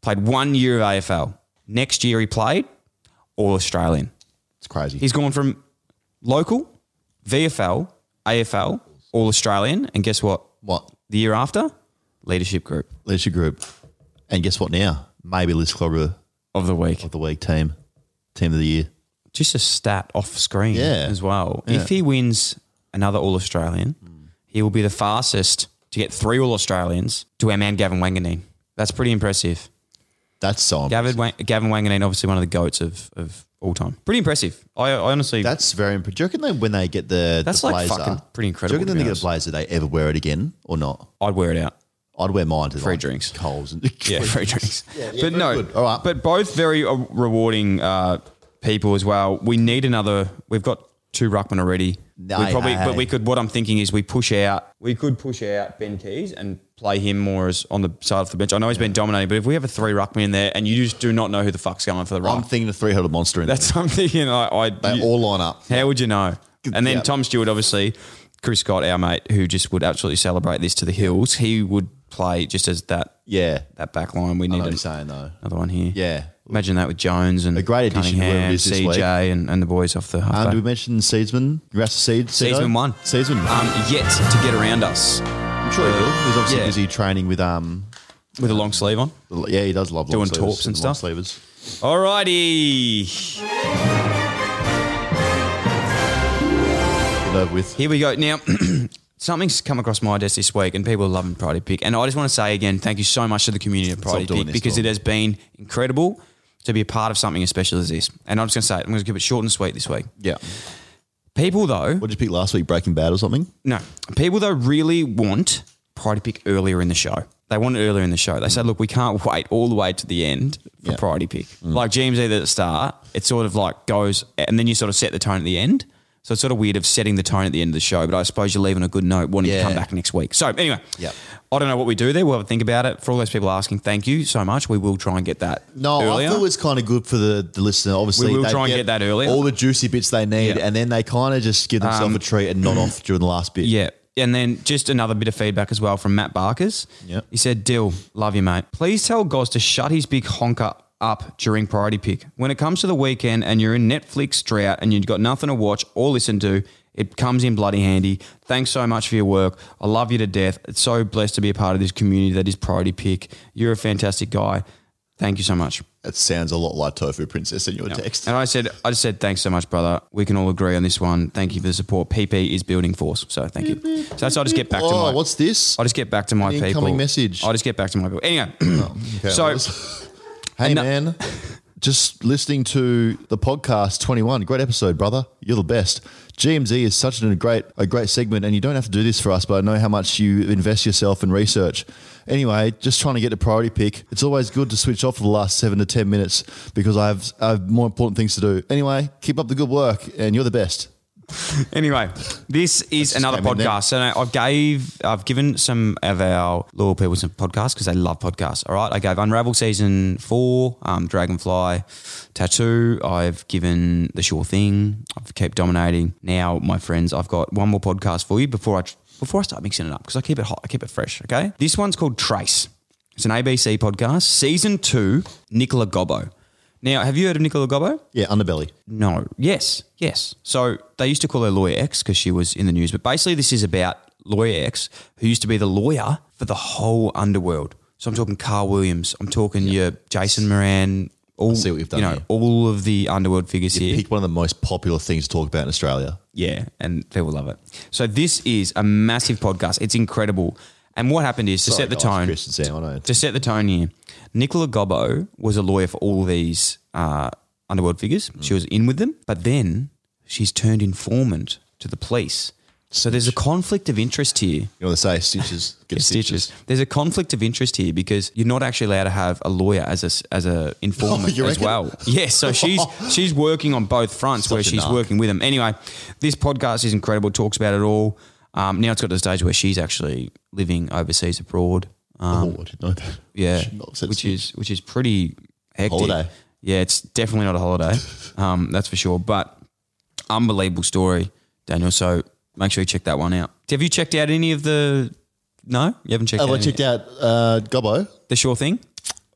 A: Played one year of AFL. Next year he played All Australian.
B: It's crazy.
A: He's gone from local, VFL, AFL, All Australian. And guess what?
B: what?
A: The year after, leadership group
B: Leadership group. And guess what now? Maybe List Clogger
A: of the week.
B: of the week team. Team of the year.
A: just a stat off screen
B: Yeah.
A: as well.
B: Yeah. Hmm.
A: If he wins another All Australian, he will be the fastest to get three All Australians to our man Gavin Wanganeen. That's pretty impressive.
B: That's so
A: Gavin, Wang- Gavin Wanganeen, obviously one of the goats of, of all time. Pretty impressive. I, I honestly,
B: That's very impressive. Do you reckon they, when they get the,
A: That's
B: the
A: like
B: blazer,
A: fucking pretty
B: Do
A: incredible,
B: you reckon
A: to
B: when they
A: be
B: get a blazer, they ever wear it again or not?
A: I'd wear it out.
B: I'd wear mine to
A: Free
B: like
A: drinks.
B: Coles and
A: Yeah, free drinks.
B: yeah,
A: but
B: very
A: no,
B: good. All right.
A: but both very uh, rewarding uh, people as well. We need another. We've got two ruckman already.
B: No,
A: we probably,
B: hey.
A: but we could. What I'm thinking is we push out. We could push out Ben Keys and play him more as on the side of the bench. I know he's been dominating, but if we have a three ruckman in there and you just do not know who the fuck's going for the
B: I'm
A: ruck,
B: thinking the three-headed monster in
A: that's
B: there.
A: something. You know, I,
B: They
A: you-
B: all line up.
A: How would you know? And then
B: Yeah.
A: Tom Stewart, obviously, Chris Scott, our mate, who just would absolutely celebrate this to the hills. He would play just as that
B: Yeah.
A: that back line. We
B: I
A: need
B: know what
A: an-
B: you're saying though.
A: another one here.
B: Yeah.
A: imagine that with Jones and
B: A great addition to whoever
A: Cunningham,
B: it is this
A: CJ,
B: week.
A: and, and the boys off the
B: Um,
A: halfback.
B: did we mention Seedsman? Congrats to Seed. Seedo?
A: Seedsman won.
B: Seedsman.
A: um, yet to get around us
B: I'm sure he will. He's obviously
A: yeah.
B: busy training with um.
A: with a long sleeve on.
B: Yeah, he does love long
A: Doing
B: sleevers
A: torps and
B: long
A: stuff.
B: Sleevers.
A: Alrighty,
B: Get over with.
A: here we go. Now. Something's come across my desk this week, and people are loving Priority Pick. And I just want to say again, thank you so much to the community of Priority
B: doing
A: Pick
B: this,
A: because
B: Tom.
A: it has been incredible to be a part of something as special as this. And I'm just going to say it, I'm going to keep it short and sweet this week.
B: Yeah.
A: People, though,
B: What did you pick last week? Breaking Bad or something?
A: No. People though really want priority pick earlier in the show. They want it earlier in the show. They say, look, we can't wait all the way to the end for
B: Yeah. Mm.
A: priority pick. Like GMZ at the start, it sort of like goes and then you sort of set the tone at the end. So it's sort of weird of setting the tone at the end of the show, but I suppose you're leaving a good note wanting to
B: Yeah.
A: come back next week. So anyway,
B: Yeah.
A: I don't know what we do there. We'll have a think about it. For all those people asking, thank you so much. We will try and get that.
B: No,
A: earlier.
B: I thought it was kind of good for the, the listener. Obviously,
A: We will
B: they
A: try and get that earlier.
B: All the juicy bits they need,
A: Yeah. Um,
B: and then they kind of just give themselves a treat and nod off during the last bit.
A: Yeah. And then just another bit of feedback as well from Matt Barkers.
B: Yeah.
A: He said, Dill, love you, mate. Please tell Goz to shut his big honker up during priority pick. When it comes to the weekend and you're in Netflix drought and you've got nothing to watch or listen to, it comes in bloody handy. Thanks so much for your work. I love you to death. It's so blessed to be a part of this community that is priority pick. You're a fantastic guy. Thank you so much.
B: That sounds a lot like Tofu Princess in your text.
A: And I said, I just said, thanks so much, brother. We can all agree on this one. Thank you for the support. PP is building force. So thank you. So that's, I just get back to
B: oh,
A: my.
B: what's this?
A: I just get back to my
B: Incoming
A: people.
B: message.
A: I just get back to my people. Anyway,
B: Okay,
A: so
B: well, this- hey
A: No-
B: man, just listening to the podcast twenty one, great episode, brother. You're the best. GMZ is such a great a great segment, and you don't have to do this for us, but I know how much you invest yourself in research. Anyway, just trying to get a priority pick. It's always good to switch off for the last seven to ten minutes because I've I've more important things to do. Anyway, keep up the good work, and you're the best.
A: anyway, this is another
B: came in there.
A: podcast. So no, I gave, I've given some of our loyal people some podcasts because they love podcasts. All right, I gave Unravel season four, um, Dragonfly, Tattoo. I've given The Sure Thing. I've kept dominating. Now, my friends, I've got one more podcast for you before I before I start mixing it up because I keep it hot, I keep it fresh. Okay, this one's called Trace. It's an ABC podcast, season two. Nicola Gobbo. Now, have you heard of Nicola Gobbo?
B: Yeah, underbelly.
A: No. Yes. Yes. So they used to call her Lawyer X because she was in the news. But basically, this is about Lawyer X, who used to be the lawyer for the whole underworld. So I'm talking Carl Williams. I'm talking your Jason Moran. All
B: see what you've done
A: You know
B: here.
A: all of the underworld figures here.
B: Pick one of the most popular things to talk about in Australia.
A: Yeah, and people love it. So this is a massive podcast. It's incredible. And what happened is to
B: Sorry,
A: set the
B: guys,
A: tone.
B: Chris and Sam, I know.
A: To set the tone here, Nicola Gobbo was a lawyer for all these uh, underworld figures.
B: Mm.
A: She was in with them, but then she's turned informant to the police. So there's a conflict of interest here.
B: You know what they say? Stitches get
A: Stitches. There's a conflict of interest here because you're not actually allowed to have a lawyer as a s- as a informant
B: you
A: as
B: reckon?
A: well. Yeah, so she's she's working on both fronts where
B: Such a
A: she's
B: narc.
A: working with them. Anyway, this podcast is incredible. Talks about it all. Um, now it's got to the stage where she's actually living overseas abroad. Um,
B: Oh, I didn't know that.
A: yeah,
B: Should not have said
A: which
B: stitches.
A: is which is pretty hectic.
B: Holiday.
A: Yeah, it's definitely not a holiday. um, that's for sure. But unbelievable story, Daniel. So make sure you check that one out. Have you checked out any of the? No, you haven't checked.
B: Oh,
A: out
B: I
A: any-
B: checked out uh, Gobbo.
A: the sure thing.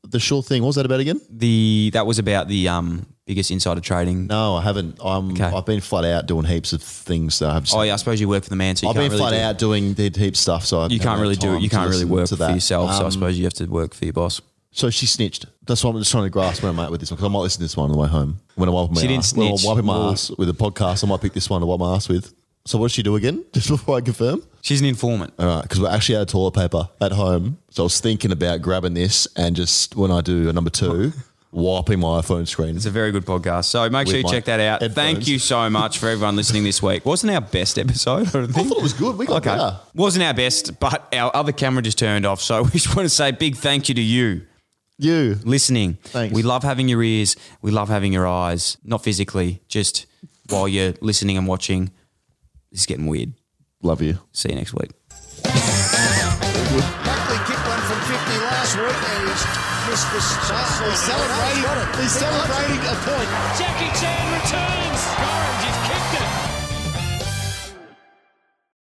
B: The sure thing. What was that about again?
A: The that was about the um biggest insider trading.
B: No, I haven't. I'm.
A: Okay.
B: I've been flat out doing heaps of things that I've. Just,
A: Oh yeah, I suppose you work for the man, so you
B: I've
A: can't
B: been
A: really
B: flat
A: do-
B: out doing the heaps of stuff. So I
A: You
B: haven't
A: can't
B: had
A: really do it.
B: time
A: You
B: to
A: can't really
B: listen
A: work
B: to
A: for
B: that.
A: yourself. so I
B: Um,
A: suppose you have to work for your boss.
B: So she snitched. That's what I'm just trying to grasp where I'm at with this one because I might listen to this one on the way home when I'm wiping my
A: She didn't
B: ass. When I'm
A: snitch.
B: wiping my
A: Well-
B: ass with a podcast, I might pick this one to wipe my ass with. So what does she do again? Just before I confirm.
A: She's an informant.
B: All right, because we're actually out of toilet paper at home. So I was thinking about grabbing this and just when I do a number two, wiping my iPhone screen.
A: It's a very good podcast. So make sure you
B: With my
A: check that out.
B: headphones.
A: Thank you so much for everyone listening this week. Wasn't our best episode, I don't
B: I
A: think.
B: thought it was good. We got
A: Okay.
B: better.
A: Wasn't our best, but our other camera just turned off. So we just want to say big thank you to you
B: You.
A: listening.
B: Thanks.
A: We love having your ears. We love having your eyes. Not physically, just while you're listening and watching. This is getting weird.
B: Love you.
A: See you next week.
C: Buckley kicked one from 50 last week and he's missed the He's celebrating, he's celebrating a point.
D: Jackie Chan returns. Gorringe is